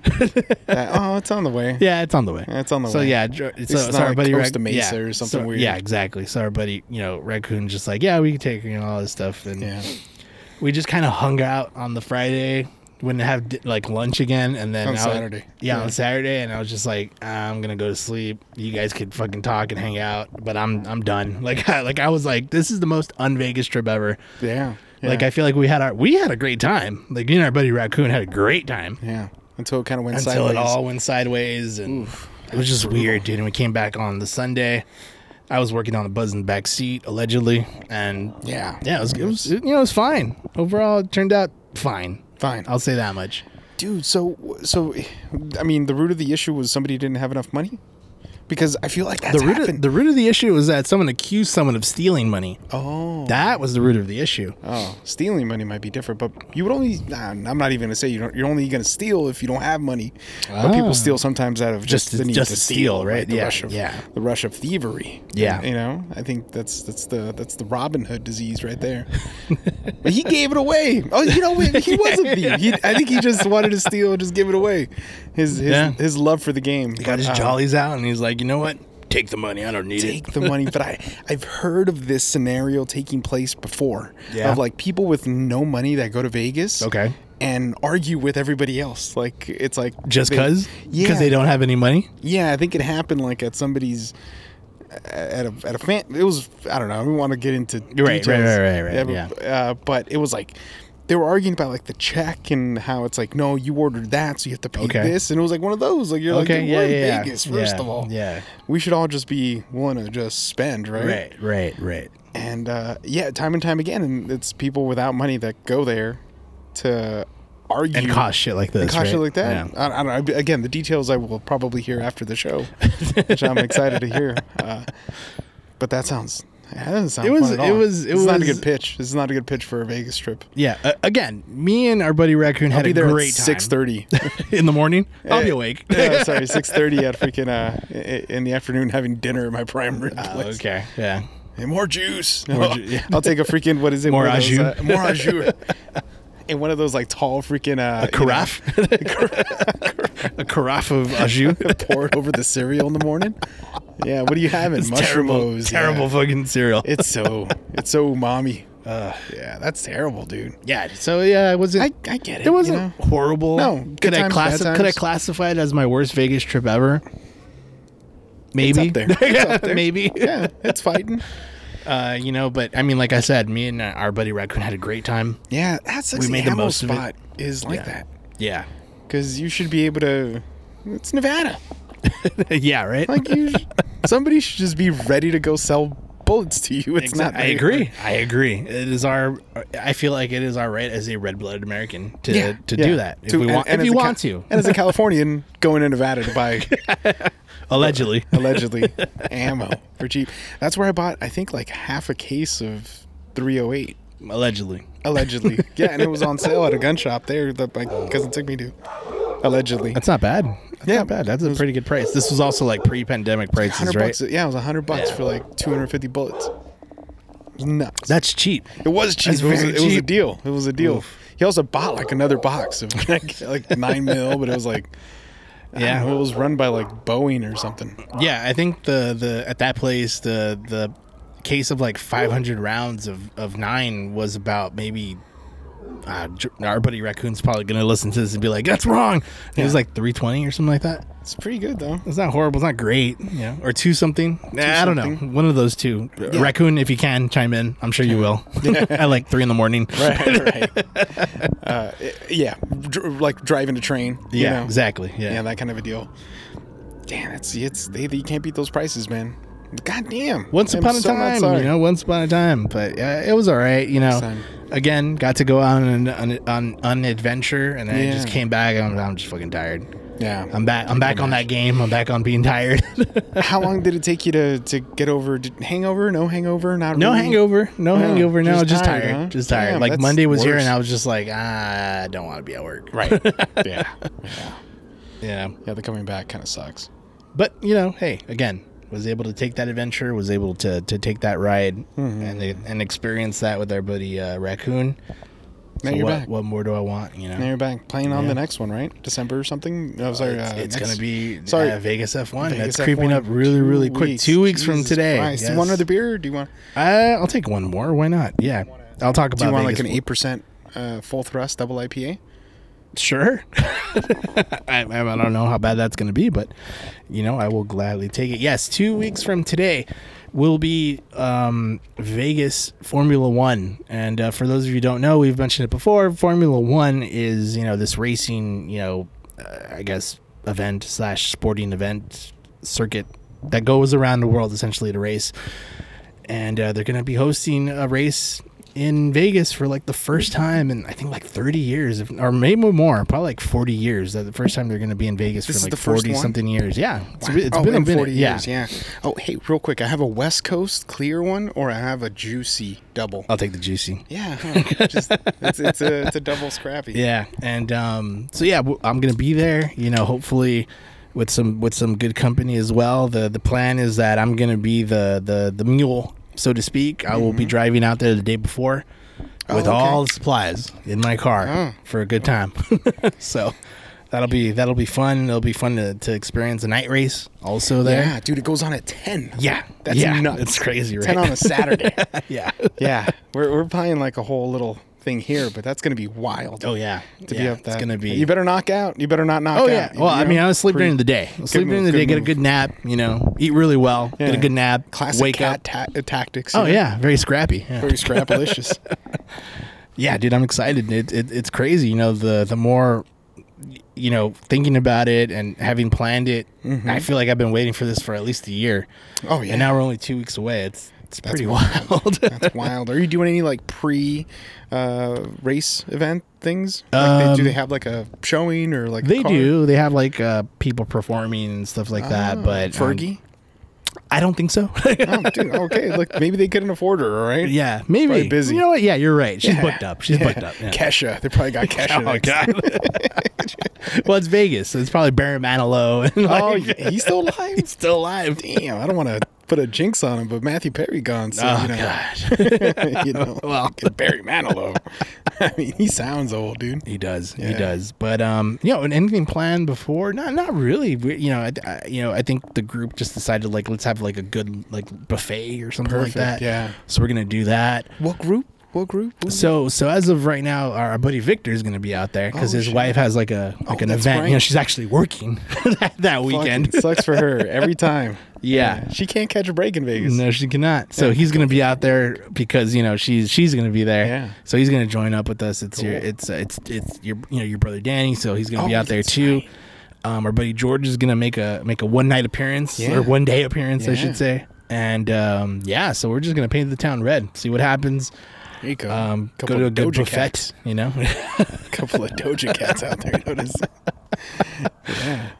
[SPEAKER 2] That- oh, it's on the way.
[SPEAKER 3] yeah, it's on the way.
[SPEAKER 2] It's on the
[SPEAKER 3] so
[SPEAKER 2] way.
[SPEAKER 3] yeah, dr- so,
[SPEAKER 2] is
[SPEAKER 3] so
[SPEAKER 2] not
[SPEAKER 3] our
[SPEAKER 2] like
[SPEAKER 3] buddy
[SPEAKER 2] Costa
[SPEAKER 3] Rag-
[SPEAKER 2] Mesa
[SPEAKER 3] yeah,
[SPEAKER 2] or
[SPEAKER 3] so-
[SPEAKER 2] something weird.
[SPEAKER 3] Yeah, exactly. So our buddy, you know, Raccoon, just like yeah, we can take her and all this stuff, and
[SPEAKER 2] Yeah.
[SPEAKER 3] we just kind of hung out on the Friday. Wouldn't have di- like lunch again, and
[SPEAKER 2] On
[SPEAKER 3] then I was-
[SPEAKER 2] Saturday.
[SPEAKER 3] yeah,
[SPEAKER 2] Yeah.
[SPEAKER 3] on Saturday, and I was just like, I'm gonna go to sleep. You guys could fucking talk and hang out, but I'm I'm done. Like I, like I was like, this is the most un Vegas trip ever.
[SPEAKER 2] Yeah.
[SPEAKER 3] Like
[SPEAKER 2] yeah,
[SPEAKER 3] I feel like we had our we had a great time. Like you and our buddy Raccoon had a great time
[SPEAKER 2] yeah. Until it kind of went
[SPEAKER 3] until
[SPEAKER 2] sideways.
[SPEAKER 3] it all went sideways and it was just weird dude and we came back on the sunday i was working on the buzz in the back seat allegedly and
[SPEAKER 2] Yeah.
[SPEAKER 3] yeah it was, it was you know it was fine overall it turned out fine
[SPEAKER 2] Fine.
[SPEAKER 3] i'll say that much
[SPEAKER 2] dude so so i mean the root of the issue was somebody didn't have enough money because i feel like that's
[SPEAKER 3] the root, of,
[SPEAKER 2] happened.
[SPEAKER 3] the root of the issue was that someone accused someone of stealing money
[SPEAKER 2] oh
[SPEAKER 3] that was the root of the issue
[SPEAKER 2] oh stealing money might be different but you would only nah, i'm not even gonna say you don't you're only gonna steal if you don't have money but
[SPEAKER 3] Ah.
[SPEAKER 2] people steal sometimes out of just,
[SPEAKER 3] Just to-
[SPEAKER 2] the need
[SPEAKER 3] just
[SPEAKER 2] to
[SPEAKER 3] to
[SPEAKER 2] steal,
[SPEAKER 3] steal, right?
[SPEAKER 2] the
[SPEAKER 3] Yeah,
[SPEAKER 2] rush of,
[SPEAKER 3] yeah.
[SPEAKER 2] the rush of thievery
[SPEAKER 3] Yeah.
[SPEAKER 2] you know i think that's that's the that's the robin hood disease right there but he gave it away oh you know what? he was a thief he, i think he just wanted to steal and just give it away his his,
[SPEAKER 3] Yeah.
[SPEAKER 2] his love for the game
[SPEAKER 3] he got his jollies out and he's like you know what take the money i don't need it
[SPEAKER 2] uh, take the money. But I, I've heard of this scenario taking place before.
[SPEAKER 3] Yeah.
[SPEAKER 2] Of like people with no money that go to Vegas.
[SPEAKER 3] Okay.
[SPEAKER 2] And argue with everybody else. Like it's like
[SPEAKER 3] just
[SPEAKER 2] they-
[SPEAKER 3] because
[SPEAKER 2] Yeah.
[SPEAKER 3] because they don't have any money
[SPEAKER 2] Yeah, I think it happened like at somebody's at a at a fan. It was I don't know. We want to get into
[SPEAKER 3] right,
[SPEAKER 2] details.
[SPEAKER 3] right, right, right,
[SPEAKER 2] but, uh, but it was like they were arguing about like the check and how it's like no, you ordered that, so you have to pay
[SPEAKER 3] Okay.
[SPEAKER 2] this, and it was like one of those. Like you're like
[SPEAKER 3] Okay,
[SPEAKER 2] dude,
[SPEAKER 3] yeah,
[SPEAKER 2] we're in
[SPEAKER 3] yeah, yeah.
[SPEAKER 2] Vegas first
[SPEAKER 3] Yeah,
[SPEAKER 2] of all.
[SPEAKER 3] yeah.
[SPEAKER 2] we should all just be willing to just spend, right?
[SPEAKER 3] right right
[SPEAKER 2] and uh, yeah, time and time again, and it's people without money that go there to argue
[SPEAKER 3] and cost shit like this
[SPEAKER 2] and cause shit
[SPEAKER 3] right?
[SPEAKER 2] like that.
[SPEAKER 3] Yeah.
[SPEAKER 2] I, I don't know. Again, the details I will probably hear after the show, which I'm excited to hear. Uh, but that sounds that doesn't sound.
[SPEAKER 3] It was-
[SPEAKER 2] fun at
[SPEAKER 3] it
[SPEAKER 2] all.
[SPEAKER 3] was- it
[SPEAKER 2] This is not a
[SPEAKER 3] was-
[SPEAKER 2] good pitch. This is not a good pitch for a Vegas trip.
[SPEAKER 3] Yeah. Uh, again, me and our buddy Raccoon had
[SPEAKER 2] Be
[SPEAKER 3] a
[SPEAKER 2] there
[SPEAKER 3] great
[SPEAKER 2] at
[SPEAKER 3] time.
[SPEAKER 2] six thirty.
[SPEAKER 3] in the morning. I'll be
[SPEAKER 2] Eh,
[SPEAKER 3] awake.
[SPEAKER 2] yeah, sorry, six thirty at freaking uh, i- i- in the afternoon having dinner at my prime rib place.
[SPEAKER 3] Oh, okay. Yeah.
[SPEAKER 2] And more juice.
[SPEAKER 3] ju- yeah.
[SPEAKER 2] I'll take a freaking what is it?
[SPEAKER 3] More
[SPEAKER 2] One of those,
[SPEAKER 3] au jus.
[SPEAKER 2] uh, more au jus. And one of those like tall freaking uh, you know,
[SPEAKER 3] Carafe. a carafe of ajou.
[SPEAKER 2] pour it over the cereal in the morning. Yeah, what are you having?
[SPEAKER 3] It's terrible,
[SPEAKER 2] Mushrooms.
[SPEAKER 3] terrible
[SPEAKER 2] yeah.
[SPEAKER 3] fucking cereal.
[SPEAKER 2] It's so it's so mommy. yeah, that's terrible, dude.
[SPEAKER 3] yeah. So yeah, it wasn't.
[SPEAKER 2] I, I get it.
[SPEAKER 3] it wasn't
[SPEAKER 2] you know?
[SPEAKER 3] horrible.
[SPEAKER 2] No,
[SPEAKER 3] Could
[SPEAKER 2] good
[SPEAKER 3] I
[SPEAKER 2] times,
[SPEAKER 3] classi-
[SPEAKER 2] bad
[SPEAKER 3] Could I
[SPEAKER 2] times.
[SPEAKER 3] classify it as my worst Vegas trip ever? Maybe.
[SPEAKER 2] up there. It's up there.
[SPEAKER 3] Maybe.
[SPEAKER 2] Yeah, it's fighting.
[SPEAKER 3] Uh, you know, but I mean, like I said, me and uh, our buddy Raccoon had a great time.
[SPEAKER 2] Yeah, that's we
[SPEAKER 3] made the most of it.
[SPEAKER 2] spot is like
[SPEAKER 3] Yeah.
[SPEAKER 2] that
[SPEAKER 3] Yeah.
[SPEAKER 2] because you should be able to. It's Nevada.
[SPEAKER 3] yeah. Right.
[SPEAKER 2] Like you, sh- somebody should just be ready to go sell bullets to you. It's not.
[SPEAKER 3] Exactly. I
[SPEAKER 2] very
[SPEAKER 3] agree.
[SPEAKER 2] hard.
[SPEAKER 3] I agree. It is our. I feel like it is our right as a red-blooded American to to
[SPEAKER 2] yeah.
[SPEAKER 3] do that if we
[SPEAKER 2] and-
[SPEAKER 3] want.
[SPEAKER 2] and
[SPEAKER 3] if
[SPEAKER 2] as
[SPEAKER 3] you
[SPEAKER 2] a Ca-
[SPEAKER 3] want to,
[SPEAKER 2] And as a Californian going to Nevada to buy
[SPEAKER 3] allegedly.
[SPEAKER 2] allegedly ammo for cheap. That's where I bought I think like half a case of 308
[SPEAKER 3] Allegedly.
[SPEAKER 2] allegedly. yeah, and it was on sale at a gun shop there that my cousin took me to. Allegedly.
[SPEAKER 3] That's not bad. That's
[SPEAKER 2] Yeah.
[SPEAKER 3] not bad. That's a pretty good price. This was also like pre-pandemic prices,
[SPEAKER 2] 100
[SPEAKER 3] right?
[SPEAKER 2] bucks. Yeah, it was 100 bucks for like 250 bullets. It was Nuts.
[SPEAKER 3] That's cheap.
[SPEAKER 2] It was cheap.
[SPEAKER 3] That's
[SPEAKER 2] It was,
[SPEAKER 3] very
[SPEAKER 2] it was a
[SPEAKER 3] cheap.
[SPEAKER 2] deal. It was a deal. He also bought like another box of like, like nine mil, but it was like I
[SPEAKER 3] Yeah.
[SPEAKER 2] don't know, it was run by like Boeing or something.
[SPEAKER 3] Yeah, I think the the at that place the the case of like 500 rounds of of nine was about maybe uh, Dr- our buddy Raccoon's probably gonna listen to this and be like, "That's wrong." And It was like three twenty or something like that.
[SPEAKER 2] It's pretty good though.
[SPEAKER 3] It's not horrible. It's not great. You know, or two something. Nah, I don't know. One of those two. Raccoon, if you can chime in, I'm sure you will. At like three in the morning.
[SPEAKER 2] Right, right. uh, yeah, dr- like driving a train. you
[SPEAKER 3] Yeah,
[SPEAKER 2] know?
[SPEAKER 3] exactly. Yeah.
[SPEAKER 2] Yeah, that kind of a deal. Damn, it's it's they, you can't beat those prices, man. God damn.
[SPEAKER 3] once
[SPEAKER 2] I'm
[SPEAKER 3] upon a
[SPEAKER 2] so not
[SPEAKER 3] time,
[SPEAKER 2] sorry.
[SPEAKER 3] you know, once upon a time. But uh, it was all right, you know.
[SPEAKER 2] time.
[SPEAKER 3] Again, got to go out on an, on, on an adventure, and then I just
[SPEAKER 2] Yeah.
[SPEAKER 3] came back. And I'm, I'm just fucking tired.
[SPEAKER 2] Yeah.
[SPEAKER 3] I'm back. I'm back on that game. I'm back on being tired.
[SPEAKER 2] How long did it take you to, to get over d- hangover? No hangover? Not
[SPEAKER 3] no
[SPEAKER 2] really?
[SPEAKER 3] hangover. No
[SPEAKER 2] Huh,
[SPEAKER 3] hangover. No,
[SPEAKER 2] just
[SPEAKER 3] just,
[SPEAKER 2] tired,
[SPEAKER 3] tired.
[SPEAKER 2] huh?
[SPEAKER 3] Just tired.
[SPEAKER 2] Damn,
[SPEAKER 3] like
[SPEAKER 2] that's
[SPEAKER 3] Monday was here,
[SPEAKER 2] worse.
[SPEAKER 3] and I was just like, ah, I don't want to be at work.
[SPEAKER 2] Right. yeah. Yeah.
[SPEAKER 3] Yeah.
[SPEAKER 2] Yeah. The coming back kind of sucks.
[SPEAKER 3] But you know, hey, again, was able to take that adventure. Was able to to take that ride
[SPEAKER 2] Mm-hmm.
[SPEAKER 3] and and experience that with our buddy uh, Raccoon.
[SPEAKER 2] Now
[SPEAKER 3] So
[SPEAKER 2] you're
[SPEAKER 3] what,
[SPEAKER 2] back.
[SPEAKER 3] what more do I want? You know.
[SPEAKER 2] Now you're back playing on the next one, right? December or something. No, sorry,
[SPEAKER 3] It's,
[SPEAKER 2] uh,
[SPEAKER 3] it's
[SPEAKER 2] next-
[SPEAKER 3] gonna be
[SPEAKER 2] sorry.
[SPEAKER 3] sorry Vegas F one.
[SPEAKER 2] Vegas
[SPEAKER 3] That's creeping
[SPEAKER 2] F1,
[SPEAKER 3] up really,
[SPEAKER 2] two
[SPEAKER 3] really quick. Two weeks from
[SPEAKER 2] Jesus
[SPEAKER 3] today.
[SPEAKER 2] Christ. Do
[SPEAKER 3] yes.
[SPEAKER 2] you want another beer? Or do you want?
[SPEAKER 3] Uh, I'll take one more. Why not? Yeah, I'll talk about.
[SPEAKER 2] Do you want
[SPEAKER 3] Vegas
[SPEAKER 2] like an eight percent uh, full thrust double IPA?
[SPEAKER 3] Sure. I, I don't know how bad that's going to be, but you know, I will gladly take it. Yes, two weeks from today will be um, Vegas Formula One, and uh, for those of you who don't know, we've mentioned it before. Formula One is you know this racing, you know, uh, I guess event slash sporting event circuit that goes around the world essentially to race and uh, they're going to be hosting a race in Vegas for like the first time in I think like 30 years, if, or maybe more, probably like 40 years. That the first time they're going to be in Vegas
[SPEAKER 2] This is
[SPEAKER 3] for like
[SPEAKER 2] the first
[SPEAKER 3] 40
[SPEAKER 2] one?
[SPEAKER 3] something years. Yeah, it's, it's
[SPEAKER 2] Oh,
[SPEAKER 3] been a
[SPEAKER 2] in
[SPEAKER 3] minute.
[SPEAKER 2] 40
[SPEAKER 3] yeah.
[SPEAKER 2] years, yeah. Oh, hey, real quick, I have a West Coast clear one, or I have a juicy double.
[SPEAKER 3] I'll take the juicy.
[SPEAKER 2] Yeah, huh. Just, it's, it's a it's a double scrappy.
[SPEAKER 3] Yeah, and um, so yeah, w- I'm gonna be there. You know, hopefully with some with some good company as well. the The plan is that I'm gonna be the the the mule, so to speak. I will be driving out there the day before with
[SPEAKER 2] Mm-hmm. Oh, okay.
[SPEAKER 3] all the supplies in my car
[SPEAKER 2] Oh.
[SPEAKER 3] for a good time. so. That'll be that'll be fun. It'll be fun to, to experience a night race also there.
[SPEAKER 2] yeah, dude, it goes on at ten.
[SPEAKER 3] yeah.
[SPEAKER 2] That's
[SPEAKER 3] yeah.
[SPEAKER 2] nuts.
[SPEAKER 3] It's crazy, right?
[SPEAKER 2] ten on a Saturday.
[SPEAKER 3] yeah.
[SPEAKER 2] yeah, we're we're buying like a whole little thing here, but that's gonna be wild.
[SPEAKER 3] Oh yeah.
[SPEAKER 2] to
[SPEAKER 3] yeah,
[SPEAKER 2] be up
[SPEAKER 3] It's
[SPEAKER 2] that.
[SPEAKER 3] gonna be
[SPEAKER 2] You better knock out. You better not knock out.
[SPEAKER 3] Oh yeah.
[SPEAKER 2] you
[SPEAKER 3] Well, I
[SPEAKER 2] know?
[SPEAKER 3] mean, I was sleep
[SPEAKER 2] Pretty-
[SPEAKER 3] during the day. I'll Sleep
[SPEAKER 2] move,
[SPEAKER 3] during the
[SPEAKER 2] good
[SPEAKER 3] day, get a
[SPEAKER 2] move.
[SPEAKER 3] good nap. You know, eat really well, get
[SPEAKER 2] Yeah.
[SPEAKER 3] a good nap,
[SPEAKER 2] classic
[SPEAKER 3] wake
[SPEAKER 2] cat
[SPEAKER 3] up.
[SPEAKER 2] ta- tactics.
[SPEAKER 3] Oh
[SPEAKER 2] you know?
[SPEAKER 3] yeah, very scrappy. Yeah.
[SPEAKER 2] very scrapalicious.
[SPEAKER 3] yeah, dude, I'm excited. It, it, it's crazy. You know, the the more you know, thinking about it and having planned it, I feel like I've been waiting for this for at least a year.
[SPEAKER 2] Mm-hmm. Oh, yeah.
[SPEAKER 3] and now we're only two weeks away. It's it's pretty wild.
[SPEAKER 2] That's wild. Are you doing any like pre uh, race event things? Like they, do
[SPEAKER 3] Um,
[SPEAKER 2] they have like a showing or like a
[SPEAKER 3] they
[SPEAKER 2] car?
[SPEAKER 3] do. They have like uh, people performing and stuff like that. But um,
[SPEAKER 2] Oh, Fergie?
[SPEAKER 3] I don't think so.
[SPEAKER 2] oh, dude, okay. Look, maybe they couldn't afford her. All right.
[SPEAKER 3] Um, yeah, maybe
[SPEAKER 2] Probably busy.
[SPEAKER 3] You know what? Yeah, you're right. She's booked up. She's
[SPEAKER 2] Yeah.
[SPEAKER 3] booked up. Yeah.
[SPEAKER 2] Kesha. They probably got Kesha.
[SPEAKER 3] Oh
[SPEAKER 2] next.
[SPEAKER 3] god. well, it's Vegas, so it's probably Barry Manilow. And like,
[SPEAKER 2] Oh, yeah, he's still alive.
[SPEAKER 3] still alive.
[SPEAKER 2] Damn, I don't want to put a jinx on him, but Matthew Perry gone. So,
[SPEAKER 3] Oh
[SPEAKER 2] you know,
[SPEAKER 3] god,
[SPEAKER 2] you know,
[SPEAKER 3] Well.
[SPEAKER 2] fucking Barry Manilow. I mean, he sounds old, dude.
[SPEAKER 3] he does.
[SPEAKER 2] Yeah.
[SPEAKER 3] He does. But um, you know, and anything planned before? Not not really. We, you know, I, I, you know, I think the group just decided like let's have like a good like buffet or something
[SPEAKER 2] Perfect,
[SPEAKER 3] like that.
[SPEAKER 2] yeah.
[SPEAKER 3] So we're gonna do that.
[SPEAKER 2] What group? What group? What-
[SPEAKER 3] So so as of right now, our buddy Victor is going to be out there because
[SPEAKER 2] Oh,
[SPEAKER 3] his
[SPEAKER 2] shit. Oh,
[SPEAKER 3] wife has like a like an
[SPEAKER 2] that's
[SPEAKER 3] event. You know,
[SPEAKER 2] right.
[SPEAKER 3] she's actually working that, that weekend.
[SPEAKER 2] Fucking sucks for her every time.
[SPEAKER 3] Yeah.
[SPEAKER 2] She can't catch a break in Vegas.
[SPEAKER 3] No, she cannot. So he's gonna be out there because you know she's she's gonna be there.
[SPEAKER 2] Yeah.
[SPEAKER 3] So he's gonna join up with us. It's your
[SPEAKER 2] Cool.
[SPEAKER 3] it's uh, it's it's your you know your brother Danny. So he's gonna be
[SPEAKER 2] Oh,
[SPEAKER 3] out there
[SPEAKER 2] that's
[SPEAKER 3] too. Um, our buddy George is gonna make a make a one night appearance
[SPEAKER 2] Yeah.
[SPEAKER 3] or one day appearance, I
[SPEAKER 2] Yeah.
[SPEAKER 3] should say. And um, yeah, so we're just gonna paint the town red. See what happens.
[SPEAKER 2] There you go.
[SPEAKER 3] Um,
[SPEAKER 2] couple
[SPEAKER 3] go to a
[SPEAKER 2] of
[SPEAKER 3] good
[SPEAKER 2] Doja
[SPEAKER 3] buffet.
[SPEAKER 2] Cats.
[SPEAKER 3] You know.
[SPEAKER 2] couple of Doja Cats out there. Notice.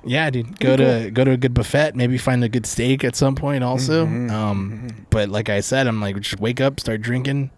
[SPEAKER 3] Yeah, dude. Go to go to a good buffet. Maybe find a good steak at some point. Also,
[SPEAKER 2] Mm-hmm.
[SPEAKER 3] um, but like I said, I'm like just wake up, start drinking,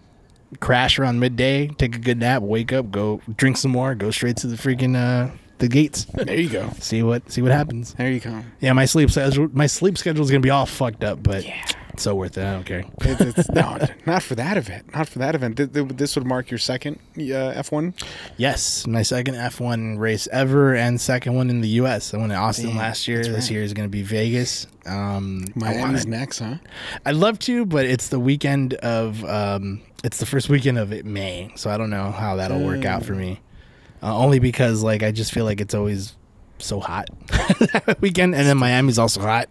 [SPEAKER 3] crash around midday, take a good nap, wake up, go drink some more, go straight to the freaking uh, the gates.
[SPEAKER 2] There you go.
[SPEAKER 3] see what see what happens.
[SPEAKER 2] There you go.
[SPEAKER 3] Yeah, my sleep schedule my sleep schedule is gonna be all fucked up, but it's so worth it. I don't care.
[SPEAKER 2] It's, it's, no, not for that event. Not for that event. Th- th- This would mark your second uh, F one.
[SPEAKER 3] Yes, my second F1 race ever and second one in the U.S. I won in Austin
[SPEAKER 2] Damn,
[SPEAKER 3] last year.
[SPEAKER 2] that's
[SPEAKER 3] This
[SPEAKER 2] right.
[SPEAKER 3] year is going to be Vegas. Um, I wanna-
[SPEAKER 2] Miami's next, huh?
[SPEAKER 3] I'd love to, but it's the weekend of um, it's the first weekend of it May, so I don't know how that'll work out
[SPEAKER 2] Mm.
[SPEAKER 3] for me. Uh, only because like I just feel like it's always so hot that weekend, and then Miami's also hot.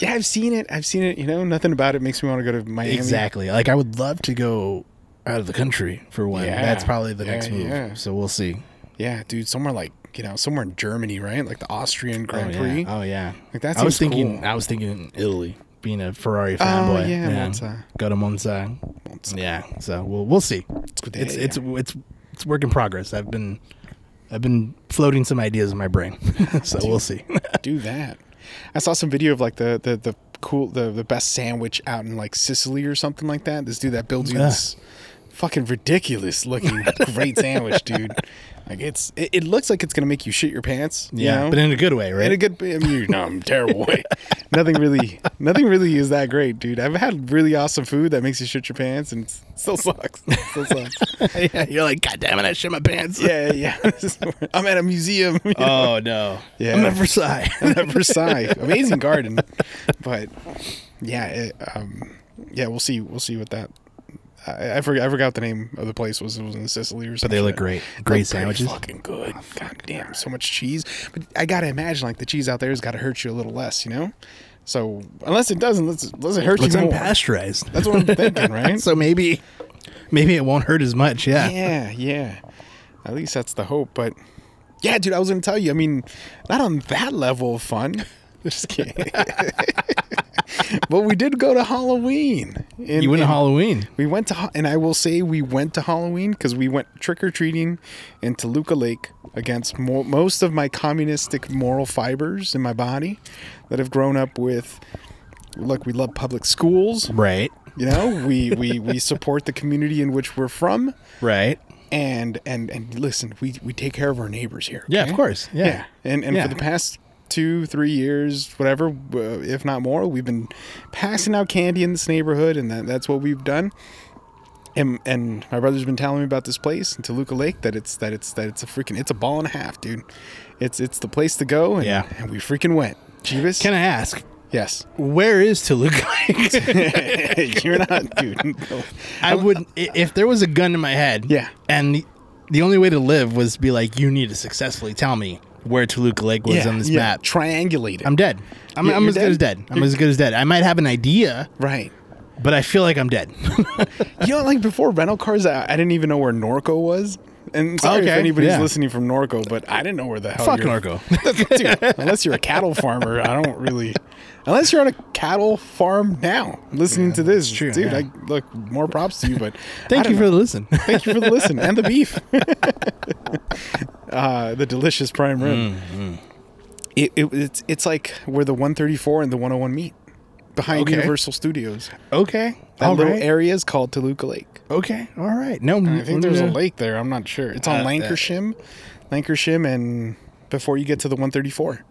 [SPEAKER 2] Yeah, I've seen it. I've seen it. You know, nothing about it makes me want to go to Miami.
[SPEAKER 3] exactly. Like I would love to go out of the country for one.
[SPEAKER 2] Yeah.
[SPEAKER 3] That's probably the
[SPEAKER 2] Yeah,
[SPEAKER 3] next move.
[SPEAKER 2] yeah.
[SPEAKER 3] So we'll see.
[SPEAKER 2] Yeah, dude. Somewhere like you know, somewhere in Germany, right? Like the Austrian Grand
[SPEAKER 3] oh,
[SPEAKER 2] Prix.
[SPEAKER 3] Yeah. Oh yeah.
[SPEAKER 2] Like, that
[SPEAKER 3] I was
[SPEAKER 2] seems
[SPEAKER 3] thinking
[SPEAKER 2] cool. Oh,
[SPEAKER 3] I was thinking Italy, being a Ferrari fanboy.
[SPEAKER 2] yeah, Monza.
[SPEAKER 3] Go to Monza.
[SPEAKER 2] Monza.
[SPEAKER 3] Yeah. So we'll we'll see.
[SPEAKER 2] Scuderia.
[SPEAKER 3] It's it's it's it's work in progress. I've been I've been floating some ideas in my brain. so we'll see.
[SPEAKER 2] Do that. I saw some video of like the the the cool the the best sandwich out in like Sicily or something like that. This dude that builds you this fucking ridiculous looking great sandwich, dude. Like it's it, it looks like it's gonna make you shit your pants. you know?
[SPEAKER 3] But in a good way, right?
[SPEAKER 2] in a good I mean, no, I'm terrible way. nothing really, nothing really is that great, dude. I've had really awesome food that makes you shit your pants, and it still sucks. It still sucks.
[SPEAKER 3] yeah, you're like, God damn it, I shit my pants.
[SPEAKER 2] yeah, yeah. I'm at a museum. you know?
[SPEAKER 3] Oh no.
[SPEAKER 2] Yeah.
[SPEAKER 3] I'm at Versailles.
[SPEAKER 2] at Versailles. Amazing garden, but yeah, it, um, yeah. We'll see. We'll see what that. I, I forgot. I forgot the name of the place was. It was in Sicily or something.
[SPEAKER 3] they look great. Great sandwiches.
[SPEAKER 2] Fucking good. God damn, so much cheese. But I gotta imagine like the cheese out there has got to hurt you a little less, you know. So unless it doesn't, let's let's it hurt
[SPEAKER 3] It's
[SPEAKER 2] you more.
[SPEAKER 3] unpasteurized.
[SPEAKER 2] That's what I'm thinking, right?
[SPEAKER 3] So maybe maybe it won't hurt as much, yeah.
[SPEAKER 2] yeah, yeah. At least that's the hope. But yeah, dude, I was gonna tell you. I mean, not on that level of fun. Just kidding. but we did go to Halloween. In,
[SPEAKER 3] You went to
[SPEAKER 2] in-
[SPEAKER 3] Halloween.
[SPEAKER 2] We went to, Ha- and I will say we went to Halloween because we went trick or treating in Toluca Lake against mo- most of my communistic moral fibers in my body that have grown up with. Look, we love public schools.
[SPEAKER 3] Right.
[SPEAKER 2] You know, we we we support the community in which we're from
[SPEAKER 3] Right.
[SPEAKER 2] and and and listen, we we take care of our neighbors here.
[SPEAKER 3] Yeah,
[SPEAKER 2] okay?
[SPEAKER 3] of course. Yeah.
[SPEAKER 2] and and
[SPEAKER 3] Yeah.
[SPEAKER 2] for the past two, three years, whatever, uh, if not more, we've been passing out candy in this neighborhood, and that, that's what we've done. And and my brother's been telling me about this place in Toluca Lake that it's that it's that it's a freaking it's a ball and a half, dude. It's it's the place to go, and,
[SPEAKER 3] Yeah.
[SPEAKER 2] and we freaking went. Jeebus,
[SPEAKER 3] Can I ask,
[SPEAKER 2] yes,
[SPEAKER 3] where is Toluca Lake?
[SPEAKER 2] you're not, dude. No.
[SPEAKER 3] I would i- if there was a gun in my head.
[SPEAKER 2] Yeah.
[SPEAKER 3] And the, the only way to live was to be like, you need to successfully tell me where Toluca Lake was on this map.
[SPEAKER 2] triangulate it.
[SPEAKER 3] I'm dead. I'm,
[SPEAKER 2] You're-
[SPEAKER 3] I'm
[SPEAKER 2] you're
[SPEAKER 3] as good as
[SPEAKER 2] dead.
[SPEAKER 3] dead. I'm as good as dead. I might have an idea,
[SPEAKER 2] right.
[SPEAKER 3] but I feel like I'm dead.
[SPEAKER 2] you know, like before rental cars, I, I didn't even know where Norco was. And sorry if
[SPEAKER 3] Okay,
[SPEAKER 2] anybody's
[SPEAKER 3] yeah.
[SPEAKER 2] listening from Norco, but I didn't know where the hell.
[SPEAKER 3] Fuck
[SPEAKER 2] you're-
[SPEAKER 3] Norco.
[SPEAKER 2] Dude, unless you're a cattle farmer, I don't really. Unless you're on a cattle farm now, listening to this,
[SPEAKER 3] true,
[SPEAKER 2] dude.
[SPEAKER 3] yeah.
[SPEAKER 2] I, look, more props to you, but
[SPEAKER 3] Thank
[SPEAKER 2] I don't
[SPEAKER 3] you for
[SPEAKER 2] know.
[SPEAKER 3] the listen.
[SPEAKER 2] thank you for the listen and the beef, uh, the delicious prime rib.
[SPEAKER 3] Mm,
[SPEAKER 2] It, it, it's it's like where the 134 and the 101 meet behind
[SPEAKER 3] Okay.
[SPEAKER 2] Universal Studios.
[SPEAKER 3] okay.
[SPEAKER 2] That
[SPEAKER 3] all
[SPEAKER 2] little
[SPEAKER 3] right.
[SPEAKER 2] area is called Toluca Lake.
[SPEAKER 3] Okay. All right. No,
[SPEAKER 2] I think there's a lake there. I'm not sure. It's on
[SPEAKER 3] Uh, uh,
[SPEAKER 2] Lancashire, Lancashire, and before you get to the 134.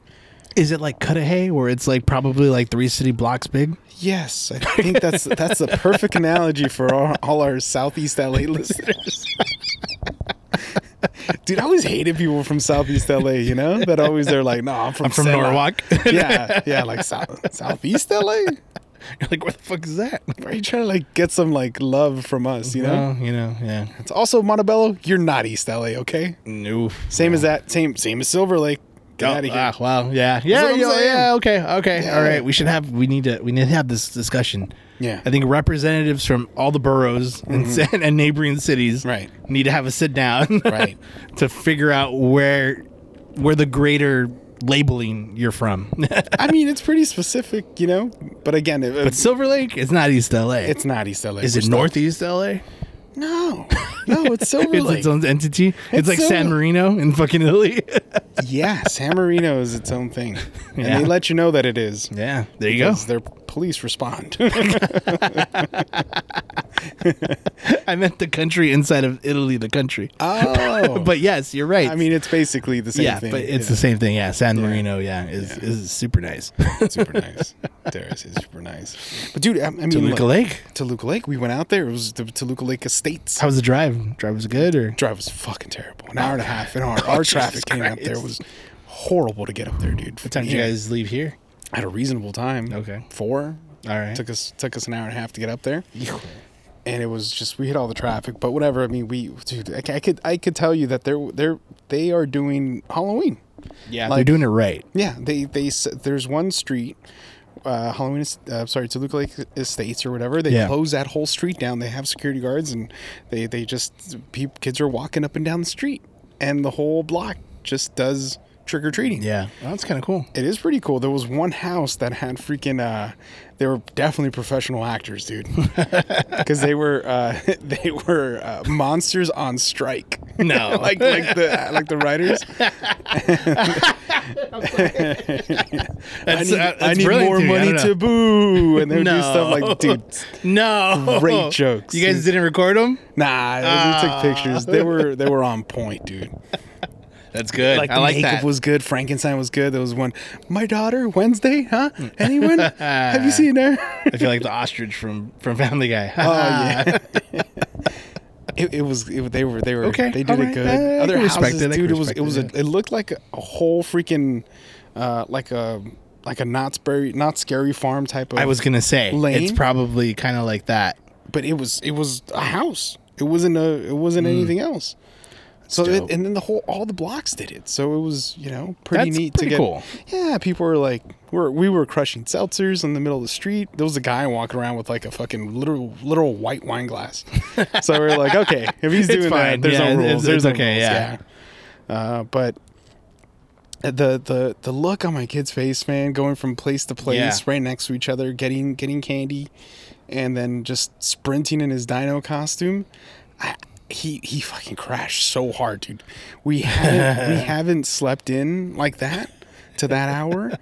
[SPEAKER 3] Is it like Cudahy, where it's like probably like three city blocks big?
[SPEAKER 2] Yes, I think that's that's the perfect analogy for all, all our Southeast LA listeners. Dude, I always hated people from Southeast LA. You know that always they're like, "No, I'm from
[SPEAKER 3] from
[SPEAKER 2] Sela."
[SPEAKER 3] Norwalk.
[SPEAKER 2] yeah, yeah, like South, Southeast LA.
[SPEAKER 3] You're like, where the fuck is that?
[SPEAKER 2] Why Are you trying to like get some like love from us? You know,
[SPEAKER 3] Well, you know, yeah.
[SPEAKER 2] it's also Montebello. You're not East LA, okay?
[SPEAKER 3] No.
[SPEAKER 2] Same as that. Same same as Silver Lake. Get out of here.
[SPEAKER 3] Ah, wow. Yeah. Yeah.
[SPEAKER 2] what I'm
[SPEAKER 3] Yeah.
[SPEAKER 2] saying.
[SPEAKER 3] yeah, Okay. Okay.
[SPEAKER 2] Yeah.
[SPEAKER 3] All right. We should have. We need to. We need to have this discussion.
[SPEAKER 2] Yeah. Mm-hmm.
[SPEAKER 3] I think representatives from all the boroughs and ci- and, neighboring cities
[SPEAKER 2] Right.
[SPEAKER 3] need to have a sit down
[SPEAKER 2] Right.
[SPEAKER 3] to figure out where where the greater labeling you're from.
[SPEAKER 2] I mean, it's pretty specific, you know. But again, it,
[SPEAKER 3] but Silver Lake is not East LA.
[SPEAKER 2] it's not East LA.
[SPEAKER 3] is
[SPEAKER 2] We're
[SPEAKER 3] it
[SPEAKER 2] still-
[SPEAKER 3] Northeast LA?
[SPEAKER 2] No, no, it's Silver
[SPEAKER 3] It's
[SPEAKER 2] Lake.
[SPEAKER 3] its own entity. It's,
[SPEAKER 2] It's
[SPEAKER 3] like
[SPEAKER 2] so-
[SPEAKER 3] San Marino in fucking Italy.
[SPEAKER 2] yeah, San Marino is its own thing, and
[SPEAKER 3] Yeah.
[SPEAKER 2] they let you know that it is.
[SPEAKER 3] yeah. There you go.
[SPEAKER 2] Because their police respond.
[SPEAKER 3] I meant the country inside of Italy, the country.
[SPEAKER 2] Oh,
[SPEAKER 3] but yes, you're right.
[SPEAKER 2] I mean, it's basically the same
[SPEAKER 3] yeah,
[SPEAKER 2] thing.
[SPEAKER 3] but it's the same thing. Yeah, San Marino. Yeah, is is super nice.
[SPEAKER 2] the super nice. Terrace is super nice. But dude, I, I mean,
[SPEAKER 3] Toluca
[SPEAKER 2] look,
[SPEAKER 3] Lake.
[SPEAKER 2] Toluca Lake. We went out there. It was the Toluca Lake Estates.
[SPEAKER 3] How was the drive? Drive was good, or
[SPEAKER 2] drive was fucking terrible. An hour and a half. An hour. Our traffic came up there
[SPEAKER 3] Christ.
[SPEAKER 2] was horrible to get up there, dude.
[SPEAKER 3] what time did you guys leave here?
[SPEAKER 2] At a reasonable time.
[SPEAKER 3] Okay.
[SPEAKER 2] Four.
[SPEAKER 3] All right.
[SPEAKER 2] Took us took us an hour and a half to get up there, and it was just we hit all the traffic. But whatever. I mean, we dude, I, c- I could I could tell you that they're they're they are doing Halloween.
[SPEAKER 3] yeah, they're
[SPEAKER 2] like-
[SPEAKER 3] doing it right.
[SPEAKER 2] Yeah, they they s- there's one street, uh, Halloween. Est- Uh, sorry, Toluca Lake Estates or whatever. They
[SPEAKER 3] Yeah.
[SPEAKER 2] close that whole street down. They have security guards, and they they just peop kids are walking up and down the street, and the whole block just does trick or treating.
[SPEAKER 3] Yeah, Well, that's kind of cool.
[SPEAKER 2] It is pretty cool. There was one house that had freaking. Uh, they were definitely professional actors, dude, because they were uh, they were uh, monsters on strike.
[SPEAKER 3] No.
[SPEAKER 2] like like the like the writers. I
[SPEAKER 3] That's-
[SPEAKER 2] need,
[SPEAKER 3] uh,
[SPEAKER 2] I
[SPEAKER 3] that's
[SPEAKER 2] need
[SPEAKER 3] brilliant,
[SPEAKER 2] more
[SPEAKER 3] dude. I
[SPEAKER 2] money
[SPEAKER 3] don't know.
[SPEAKER 2] to boo, and they would do stuff like, dude,
[SPEAKER 3] no,
[SPEAKER 2] Great jokes.
[SPEAKER 3] You guys didn't record them.
[SPEAKER 2] nah,
[SPEAKER 3] Ah.
[SPEAKER 2] we took pictures. They were they were on point, dude.
[SPEAKER 3] That's good.
[SPEAKER 2] Like the makeup was good, Frankenstein was good. There was one, my daughter Wednesday, huh? Anyone? Have you seen her?
[SPEAKER 3] I feel like the ostrich from from Family Guy.
[SPEAKER 2] Oh yeah. It, it was it, they were they were
[SPEAKER 3] Okay,
[SPEAKER 2] they did
[SPEAKER 3] all
[SPEAKER 2] it
[SPEAKER 3] right.
[SPEAKER 2] good.
[SPEAKER 3] I- I
[SPEAKER 2] Other
[SPEAKER 3] can respect
[SPEAKER 2] houses,
[SPEAKER 3] it, I can
[SPEAKER 2] dude, it was it
[SPEAKER 3] respect
[SPEAKER 2] was a,
[SPEAKER 3] it,
[SPEAKER 2] it looked like a whole freaking uh, like a like a not scary not scary farm type of.
[SPEAKER 3] I was gonna say
[SPEAKER 2] Lane?
[SPEAKER 3] it's probably kind of like that.
[SPEAKER 2] but it was it was a house. It wasn't a it wasn't anything else. So
[SPEAKER 3] Mm. dope.
[SPEAKER 2] it, and then the whole all the blocks did it. So it was you know pretty
[SPEAKER 3] That's
[SPEAKER 2] neat
[SPEAKER 3] pretty
[SPEAKER 2] to get.
[SPEAKER 3] cool.
[SPEAKER 2] Yeah, people were like we're, we were crushing seltzers in the middle of the street. There was a guy walking around with like a fucking literal literal white wine glass. so we are like, okay, if he's
[SPEAKER 3] It's
[SPEAKER 2] doing
[SPEAKER 3] fine.
[SPEAKER 2] that, there's
[SPEAKER 3] Yeah,
[SPEAKER 2] no
[SPEAKER 3] it's-
[SPEAKER 2] rules. there's
[SPEAKER 3] it's
[SPEAKER 2] no
[SPEAKER 3] okay,
[SPEAKER 2] rules,
[SPEAKER 3] yeah.
[SPEAKER 2] yeah. Uh, but the the the look on my kid's face, man, going from place to place,
[SPEAKER 3] Yeah.
[SPEAKER 2] right next to each other, getting getting candy, and then just sprinting in his dino costume. I, he he fucking crashed so hard, dude. We haven't we haven't slept in like that to that hour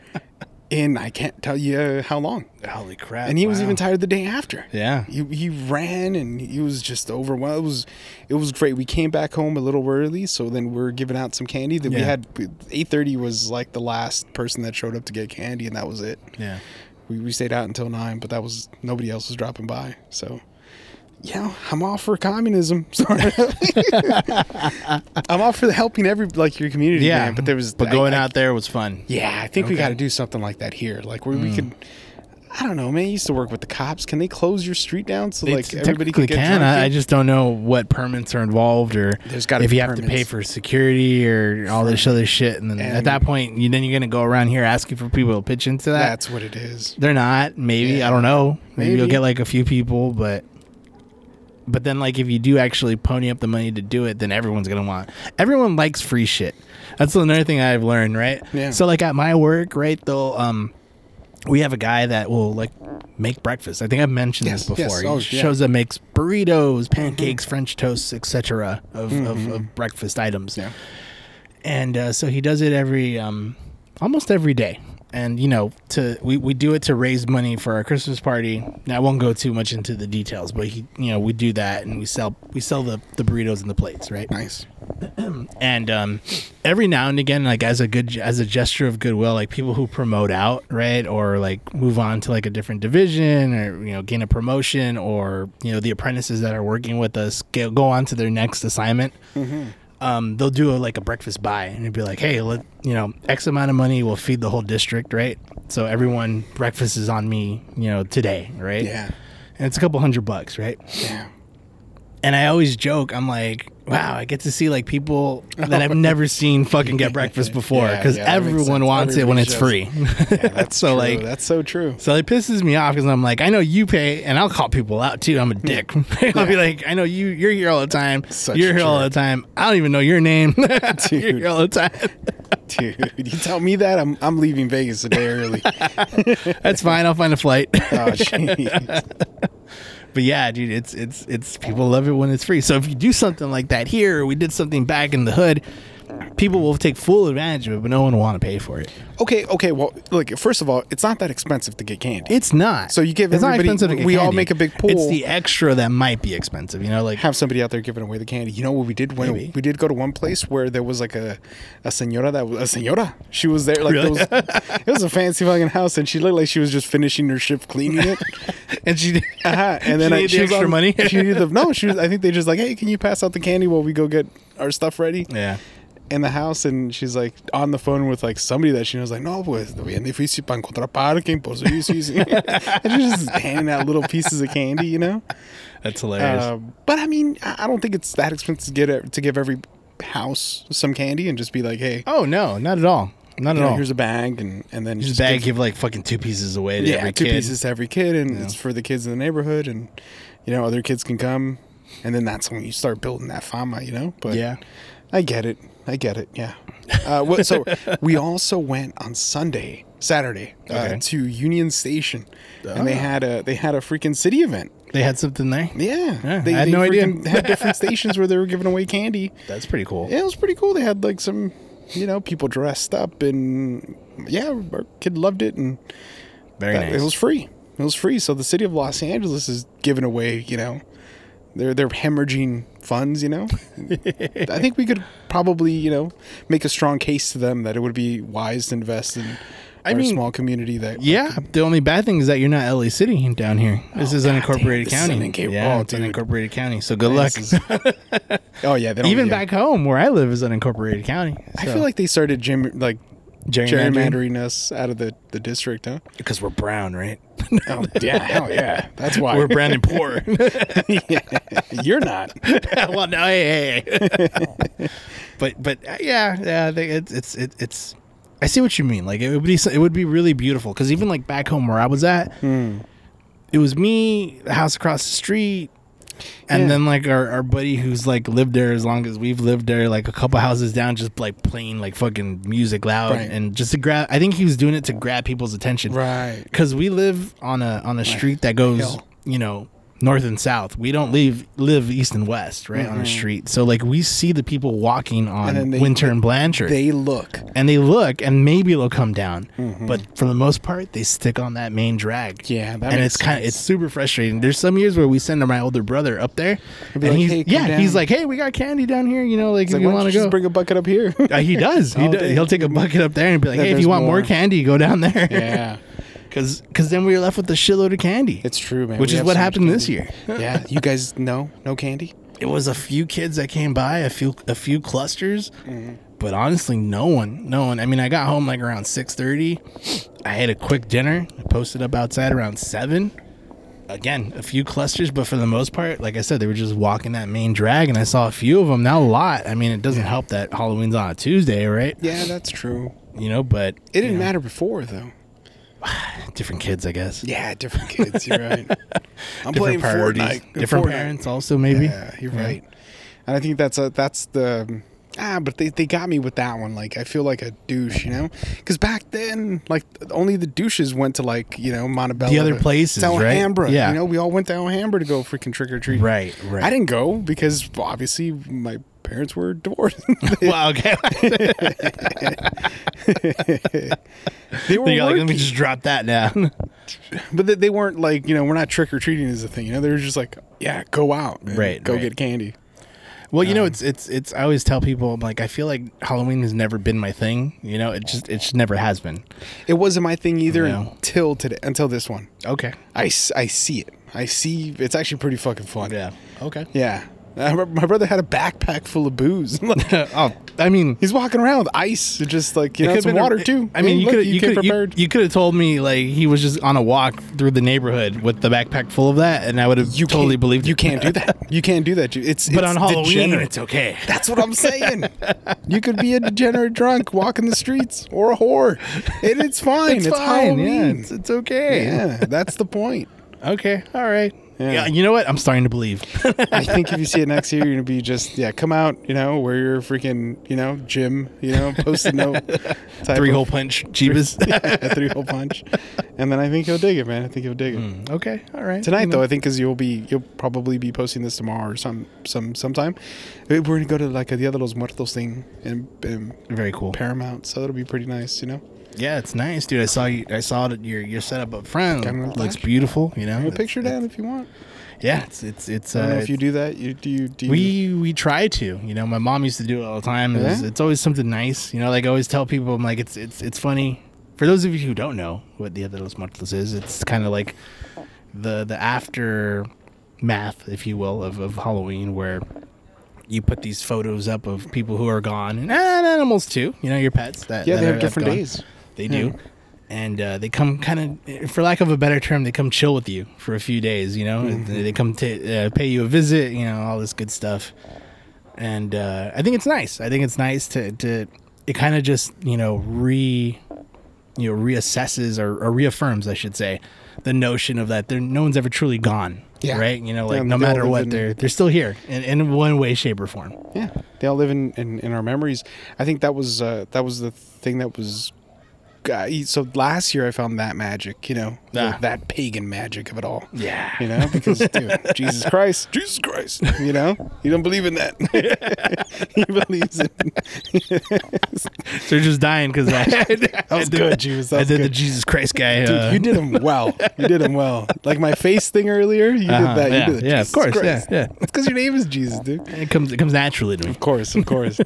[SPEAKER 2] in I can't tell you how long.
[SPEAKER 3] Holy crap!
[SPEAKER 2] And he was
[SPEAKER 3] wow.
[SPEAKER 2] even tired the day after.
[SPEAKER 3] Yeah.
[SPEAKER 2] He, he ran and he was just overwhelmed. It was it was great. We came back home a little early, so then we are giving out some candy that we
[SPEAKER 3] Yeah.
[SPEAKER 2] had. Eight thirty was like the last person that showed up to get candy, and that was it.
[SPEAKER 3] Yeah.
[SPEAKER 2] We, we stayed out until nine, but that was nobody else was dropping by. So, yeah, I'm all for communism. Sorry, I'm all for helping every like your community.
[SPEAKER 3] Yeah,
[SPEAKER 2] man, but there was
[SPEAKER 3] but
[SPEAKER 2] I-
[SPEAKER 3] going
[SPEAKER 2] I-
[SPEAKER 3] out there was fun.
[SPEAKER 2] yeah, I think we
[SPEAKER 3] Okay.
[SPEAKER 2] got
[SPEAKER 3] Hmm.
[SPEAKER 2] to do something like that here, like where we could. I don't know, man. I used to work with the cops. Can they close your street down so like
[SPEAKER 3] It's-
[SPEAKER 2] everybody
[SPEAKER 3] technically
[SPEAKER 2] can get drunk
[SPEAKER 3] I, I
[SPEAKER 2] here?
[SPEAKER 3] just don't know what permits are involved or
[SPEAKER 2] There's gotta
[SPEAKER 3] if
[SPEAKER 2] be
[SPEAKER 3] you have to pay
[SPEAKER 2] permits.
[SPEAKER 3] for security or all this other shit. And then at
[SPEAKER 2] And-
[SPEAKER 3] that point, you then you're gonna go around here asking for people to pitch into that.
[SPEAKER 2] That's what it is.
[SPEAKER 3] They're not. Maybe
[SPEAKER 2] Yeah.
[SPEAKER 3] I don't know. Maybe, you'll
[SPEAKER 2] Maybe.
[SPEAKER 3] get like a few people, but but then like if you do actually pony up the money to do it, then everyone's gonna want. Everyone likes free shit. That's another thing I've learned, right?
[SPEAKER 2] Yeah.
[SPEAKER 3] So like at my work, right? They'll um, we have a guy that will like make breakfast. I think I've mentioned
[SPEAKER 2] Yes,
[SPEAKER 3] this
[SPEAKER 2] yes.
[SPEAKER 3] before.
[SPEAKER 2] Oh,
[SPEAKER 3] he
[SPEAKER 2] yeah. Mm-hmm.
[SPEAKER 3] shows up makes burritos, pancakes, French toasts, etc. Of, of of breakfast items
[SPEAKER 2] Yeah.
[SPEAKER 3] and uh, so he does it every um, almost every day and you know to we, we do it to raise money for our christmas party now i won't go too much into the details but he you know we do that and we sell we sell the, the burritos and the plates right
[SPEAKER 2] Nice.
[SPEAKER 3] and um, every now and again like as a good as a gesture of goodwill like people who promote out right or like move on to like a different division or you know gain a promotion or you know the apprentices that are working with us go, go on to their next assignment um, they'll do a, like a breakfast buy and it'd be like hey let you know x amount of money will feed the whole district right so everyone breakfast is on me you know today right
[SPEAKER 2] Yeah.
[SPEAKER 3] and it's a couple hundred bucks right
[SPEAKER 2] Yeah.
[SPEAKER 3] and I always joke, I'm like, wow, I get to see like people that I've never seen fucking get breakfast before
[SPEAKER 2] Yeah,
[SPEAKER 3] because
[SPEAKER 2] yeah, that makes
[SPEAKER 3] everyone
[SPEAKER 2] sense.
[SPEAKER 3] wants it when it's free.
[SPEAKER 2] Everybody
[SPEAKER 3] that's so
[SPEAKER 2] True,
[SPEAKER 3] like,
[SPEAKER 2] that's so true.
[SPEAKER 3] so it pisses me off because I'm like, I know you pay, and I'll call people out too. I'm a dick. I'll be like, I know you, you're here all the time.
[SPEAKER 2] Such
[SPEAKER 3] you're
[SPEAKER 2] a
[SPEAKER 3] here all the
[SPEAKER 2] jerk.
[SPEAKER 3] time. I don't even know your name. you're
[SPEAKER 2] Dude.
[SPEAKER 3] here all the time.
[SPEAKER 2] Dude, you tell me that I'm I'm leaving Vegas a day early.
[SPEAKER 3] That's fine. I'll find a flight.
[SPEAKER 2] Oh jeez.
[SPEAKER 3] But yeah, dude, it's it's it's people love it when it's free. So if you do something like that here, or we did something back in the hood, people will take full advantage of it, but no one will want to pay for it.
[SPEAKER 2] Okay, okay. Well, look. First of all, it's not that expensive to get candy.
[SPEAKER 3] It's not.
[SPEAKER 2] So you give
[SPEAKER 3] it's
[SPEAKER 2] everybody-
[SPEAKER 3] get
[SPEAKER 2] we all make a big
[SPEAKER 3] It's
[SPEAKER 2] pool.
[SPEAKER 3] the extra that might be expensive. You know, like
[SPEAKER 2] Have somebody out there giving away the candy. You know what we did when
[SPEAKER 3] Maybe.
[SPEAKER 2] we did go to one place where there was like a a senora that was a senora. She was there like
[SPEAKER 3] Really?
[SPEAKER 2] there was, it was a fancy fucking house, and she looked like she was just finishing her shift cleaning it.
[SPEAKER 3] and she
[SPEAKER 2] Uh-huh. And then
[SPEAKER 3] She
[SPEAKER 2] I,
[SPEAKER 3] needed
[SPEAKER 2] she
[SPEAKER 3] the
[SPEAKER 2] was
[SPEAKER 3] extra
[SPEAKER 2] on-
[SPEAKER 3] money?
[SPEAKER 2] she needed the no. She was. I think they just like, hey, can you pass out the candy while we go get our stuff ready?
[SPEAKER 3] yeah.
[SPEAKER 2] in the house and she's like on the phone with like somebody that she knows like no pues bien difícil para encontrar parking pues sí, sí, sí." and she's just handing out little pieces of candy you know
[SPEAKER 3] That's hilarious.
[SPEAKER 2] um, but I mean I I don't think it's that expensive to get it, to give every house some candy and just be like hey
[SPEAKER 3] oh no, not at all. Not
[SPEAKER 2] you
[SPEAKER 3] at
[SPEAKER 2] know,
[SPEAKER 3] all.
[SPEAKER 2] here's a bag and and then
[SPEAKER 3] Just bag
[SPEAKER 2] give,
[SPEAKER 3] give like fucking two pieces away to
[SPEAKER 2] yeah
[SPEAKER 3] every
[SPEAKER 2] two
[SPEAKER 3] kid.
[SPEAKER 2] pieces to every kid and it's for the kids in the neighborhood and you know other kids can come and then that's when you start building that fama you know but
[SPEAKER 3] Yeah.
[SPEAKER 2] I get it. I get it. Yeah. Uh, what, so we also went on Sunday, Saturday, uh,
[SPEAKER 3] Okay. Ah.
[SPEAKER 2] to Union Station, and they had a they had a freaking city event.
[SPEAKER 3] They had something there.
[SPEAKER 2] Yeah,
[SPEAKER 3] Yeah,
[SPEAKER 2] they,
[SPEAKER 3] I had
[SPEAKER 2] they
[SPEAKER 3] no idea.
[SPEAKER 2] freaking Had different stations where they were giving away candy.
[SPEAKER 3] That's pretty cool.
[SPEAKER 2] Yeah, it was pretty cool. They had like some, you know, people dressed up, and yeah, our kid loved it, and
[SPEAKER 3] Very
[SPEAKER 2] that-
[SPEAKER 3] nice.
[SPEAKER 2] it was free. It was free. So the city of Los Angeles is giving away, you know, they're they're hemorrhaging funds. You know, I think we could probably, you know, make a strong case to them that it would be wise to invest in
[SPEAKER 3] I
[SPEAKER 2] our
[SPEAKER 3] mean,
[SPEAKER 2] small community that.
[SPEAKER 3] yeah. The only bad thing is that you're not LA City down here. This is unincorporated
[SPEAKER 2] Oh, this is
[SPEAKER 3] county.
[SPEAKER 2] unincorporated-
[SPEAKER 3] yeah,
[SPEAKER 2] oh,
[SPEAKER 3] it's
[SPEAKER 2] dude.
[SPEAKER 3] unincorporated county. So good luck.
[SPEAKER 2] This is- oh yeah, they don't,
[SPEAKER 3] Even
[SPEAKER 2] yeah.
[SPEAKER 3] back home where I live is unincorporated county.
[SPEAKER 2] I
[SPEAKER 3] so-
[SPEAKER 2] feel like they started gym like
[SPEAKER 3] Gerrymandering?
[SPEAKER 2] gerrymandering us out of the the district, huh?
[SPEAKER 3] because we're brown, right?
[SPEAKER 2] Oh yeah, hell yeah, that's why
[SPEAKER 3] we're brown and poor.
[SPEAKER 2] You're not.
[SPEAKER 3] well, no, hey, hey, hey. but but uh, yeah, yeah, they, it's it's it, it's. I see what you mean. Like it would be so- it would be really beautiful because even like back home where I was at, it was me, the house across the street. And
[SPEAKER 2] Yeah.
[SPEAKER 3] then like our, our buddy who's like lived there as long as we've lived there, like a couple houses down, just like playing like fucking music loud
[SPEAKER 2] Right.
[SPEAKER 3] and just to grab. I think he was doing it to grab people's attention,
[SPEAKER 2] Right.
[SPEAKER 3] because we live on a on a street that goes
[SPEAKER 2] Hill.
[SPEAKER 3] you know north and south we don't live live east and west right on a street so like we see the people walking
[SPEAKER 2] Mm-hmm.
[SPEAKER 3] on
[SPEAKER 2] And then they-
[SPEAKER 3] winter and blanchard
[SPEAKER 2] They look.
[SPEAKER 3] and they look and maybe they'll come down but for the most part they stick on that main drag
[SPEAKER 2] Mm-hmm. Yeah, that
[SPEAKER 3] and
[SPEAKER 2] makes
[SPEAKER 3] it's kind of
[SPEAKER 2] sense.
[SPEAKER 3] it's super frustrating there's some years where we send my older brother up there and
[SPEAKER 2] be like,
[SPEAKER 3] he's,
[SPEAKER 2] "Hey, come
[SPEAKER 3] yeah
[SPEAKER 2] down."
[SPEAKER 3] he's like hey we got candy down here you know like
[SPEAKER 2] It's
[SPEAKER 3] if
[SPEAKER 2] like,
[SPEAKER 3] you
[SPEAKER 2] why don't
[SPEAKER 3] want
[SPEAKER 2] you
[SPEAKER 3] to go
[SPEAKER 2] just bring a bucket up here?
[SPEAKER 3] Uh, he does. He
[SPEAKER 2] All
[SPEAKER 3] does.
[SPEAKER 2] day.
[SPEAKER 3] He'll take a bucket up there and be like, "Hey, if
[SPEAKER 2] there's
[SPEAKER 3] you want more
[SPEAKER 2] more.
[SPEAKER 3] candy, go down there."
[SPEAKER 2] yeah.
[SPEAKER 3] Cause, cause then we were left with a shitload of candy.
[SPEAKER 2] It's true, man.
[SPEAKER 3] Which
[SPEAKER 2] We
[SPEAKER 3] is
[SPEAKER 2] have
[SPEAKER 3] what
[SPEAKER 2] so much
[SPEAKER 3] happened this
[SPEAKER 2] candy.
[SPEAKER 3] year.
[SPEAKER 2] yeah, you guys know no candy.
[SPEAKER 3] it was a few kids that came by, a few a few clusters, but honestly, no one, no one. I mean, I got home like around six thirty. I had a quick dinner. I posted up outside around seven. Again, a few clusters, but for the most part, like I said, they were just walking that main drag, and I saw a few of them. Not a lot. I mean, it doesn't help that Halloween's on a Tuesday, right?
[SPEAKER 2] Yeah, that's true.
[SPEAKER 3] You know, but
[SPEAKER 2] It didn't matter before though.
[SPEAKER 3] different kids, I guess.
[SPEAKER 2] Yeah, different kids. You're right. I'm playing
[SPEAKER 3] Different priorities.
[SPEAKER 2] Fortnite.
[SPEAKER 3] Different
[SPEAKER 2] Fortnite.
[SPEAKER 3] parents, also maybe.
[SPEAKER 2] Yeah, you're right. And I think that's a that's the ah, but they, they got me with that one. Like I feel like a douche, you know? Because back then, like only the douches went to like you know Montebello,
[SPEAKER 3] The other
[SPEAKER 2] to-
[SPEAKER 3] places,
[SPEAKER 2] to
[SPEAKER 3] right?
[SPEAKER 2] Alhambra.
[SPEAKER 3] Yeah.
[SPEAKER 2] you know, we all went to Alhambra to go freaking trick or treat.
[SPEAKER 3] Right, right.
[SPEAKER 2] I didn't go because obviously my parents were divorced.
[SPEAKER 3] Well, okay.
[SPEAKER 2] they were
[SPEAKER 3] You're like, let me
[SPEAKER 2] working.
[SPEAKER 3] just drop that down.
[SPEAKER 2] But they, they weren't like, you know, we're not trick or treating is a thing. You know, they were just like, yeah, go out, and
[SPEAKER 3] Right,
[SPEAKER 2] Go
[SPEAKER 3] right.
[SPEAKER 2] get candy.
[SPEAKER 3] Well, you know, it's it's it's. I always tell people, I'm like, I feel like Halloween has never been my thing. You know, it just it just never has been.
[SPEAKER 2] It wasn't my thing either
[SPEAKER 3] Yeah.
[SPEAKER 2] until today, until this one.
[SPEAKER 3] Okay.
[SPEAKER 2] I, s- I see it. I see. It's actually pretty fucking fun.
[SPEAKER 3] Yeah. Okay.
[SPEAKER 2] Yeah. I remember my brother had a backpack full of booze. Like,
[SPEAKER 3] oh, I mean,
[SPEAKER 2] He's walking around with ice, and just like you know,
[SPEAKER 3] could've
[SPEAKER 2] some
[SPEAKER 3] been a-
[SPEAKER 2] water too.
[SPEAKER 3] I mean,
[SPEAKER 2] Hey,
[SPEAKER 3] you
[SPEAKER 2] look,
[SPEAKER 3] could you
[SPEAKER 2] came
[SPEAKER 3] could you, you could have told me like he was just on a walk through the neighborhood with the backpack full of that, and I would have
[SPEAKER 2] You
[SPEAKER 3] totally
[SPEAKER 2] can't-
[SPEAKER 3] believed
[SPEAKER 2] you
[SPEAKER 3] it.
[SPEAKER 2] can't do that. You can't do that. dude. It's
[SPEAKER 3] But
[SPEAKER 2] it's
[SPEAKER 3] on Halloween,
[SPEAKER 2] degenerate.
[SPEAKER 3] it's okay.
[SPEAKER 2] That's what I'm saying. you could be a degenerate drunk walking the streets or a whore, and it's fine. It's,
[SPEAKER 3] It's, fine.
[SPEAKER 2] Halloween.
[SPEAKER 3] Yeah, it's, it's okay.
[SPEAKER 2] yeah, that's the point.
[SPEAKER 3] Okay. All right.
[SPEAKER 2] Yeah.
[SPEAKER 3] Yeah. You know what? I'm starting to believe.
[SPEAKER 2] I think if you see it next year, you're gonna be just yeah. Come out, you know, wear your freaking you know gym, you know, post a note, type
[SPEAKER 3] Three
[SPEAKER 2] of-
[SPEAKER 3] hole punch, Jeebus.
[SPEAKER 2] a three hole punch, and then I think he'll dig it, man. I think he'll dig it.
[SPEAKER 3] okay. All right.
[SPEAKER 2] Tonight though, I think because you'll be you'll probably be posting this tomorrow or some some sometime. Eh, We're gonna go to like a Dia de los Muertos thing in, in
[SPEAKER 3] Very cool.
[SPEAKER 2] Paramount, so that'll be pretty nice, you know.
[SPEAKER 3] Yeah, it's nice, dude. I saw you. I saw it, your your setup up front.
[SPEAKER 2] Got another
[SPEAKER 3] looks
[SPEAKER 2] flash?
[SPEAKER 3] beautiful. You know,
[SPEAKER 2] Put a picture down if you want.
[SPEAKER 3] Yeah, it's it's it's.
[SPEAKER 2] I don't know
[SPEAKER 3] Uh,
[SPEAKER 2] if you do that. You do you do. you-
[SPEAKER 3] we we try to. You know, my mom used to do it all the time. It was-
[SPEAKER 2] Yeah?
[SPEAKER 3] it's always something nice. You know, like I always tell people, I'm like, it's it's it's funny. For those of you who don't know what Dia de los Muertos is, it's kind of like the the after math, if you will, of, of Halloween, where you put these photos up of people who are gone and, and animals too. You know, your pets. That,
[SPEAKER 2] yeah,
[SPEAKER 3] that
[SPEAKER 2] they
[SPEAKER 3] are-
[SPEAKER 2] have
[SPEAKER 3] have
[SPEAKER 2] different
[SPEAKER 3] gone.
[SPEAKER 2] days. Hmm.
[SPEAKER 3] They do. And uh, they come kind of, for lack of a better term, they come chill with you for a few days, you know?
[SPEAKER 2] Hmm.
[SPEAKER 3] They they come to uh, pay you a visit, you know, all this good stuff. And uh, I think it's nice. I think it's nice to, to it kind of just, you know, re, you know, reassesses or, or reaffirms, I should say, the notion of that there, no one's ever truly gone.
[SPEAKER 2] Yeah.
[SPEAKER 3] Right. You know, like
[SPEAKER 2] Yeah,
[SPEAKER 3] no
[SPEAKER 2] they all
[SPEAKER 3] matter
[SPEAKER 2] live
[SPEAKER 3] what,
[SPEAKER 2] in-
[SPEAKER 3] they're, they're still here in, in one way, shape, or form.
[SPEAKER 2] Yeah, they all live in, in, in our memories. I think that was uh, that was the thing that was. Uh, so last year I found that magic, you know, the-
[SPEAKER 3] Ah.
[SPEAKER 2] that pagan magic of it all.
[SPEAKER 3] Yeah.
[SPEAKER 2] You know, because dude, Jesus Christ, Jesus Christ. You know, you don't believe in that. he believes in.
[SPEAKER 3] They're just dying because I, that
[SPEAKER 2] was good, Jeebus. That
[SPEAKER 3] I
[SPEAKER 2] was
[SPEAKER 3] did the
[SPEAKER 2] good.
[SPEAKER 3] Jesus Christ guy.
[SPEAKER 2] Dude,
[SPEAKER 3] uh,
[SPEAKER 2] you did him well. You did him well. Like my face thing earlier, you
[SPEAKER 3] Uh-huh,
[SPEAKER 2] did that.
[SPEAKER 3] yeah,
[SPEAKER 2] you did the
[SPEAKER 3] yeah, of
[SPEAKER 2] Jesus
[SPEAKER 3] course,
[SPEAKER 2] Christ.
[SPEAKER 3] yeah, yeah.
[SPEAKER 2] It's because your name is Jesus, dude. Of
[SPEAKER 3] uh, It comes it comes naturally to me.
[SPEAKER 2] course, of course.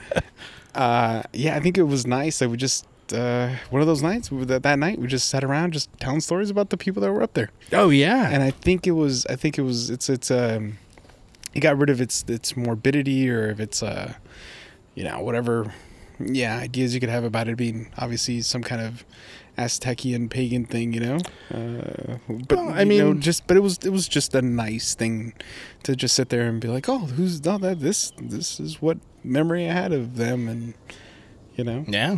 [SPEAKER 2] uh, yeah, I think it was nice. I would just uh, one of those nights we- that, that night we just sat around just telling stories about the people that were up there.
[SPEAKER 3] Oh yeah,
[SPEAKER 2] and I think it was I think it was it's it's um it got rid of its its morbidity or if it's uh you know whatever yeah ideas you could have about it being obviously some kind of Aztecian pagan thing you know uh, but
[SPEAKER 3] Well,
[SPEAKER 2] I
[SPEAKER 3] I
[SPEAKER 2] mean
[SPEAKER 3] mean-
[SPEAKER 2] just but it was it was just a nice thing to just sit there and be like oh who's not that this this is what memory I had of them and you know
[SPEAKER 3] yeah.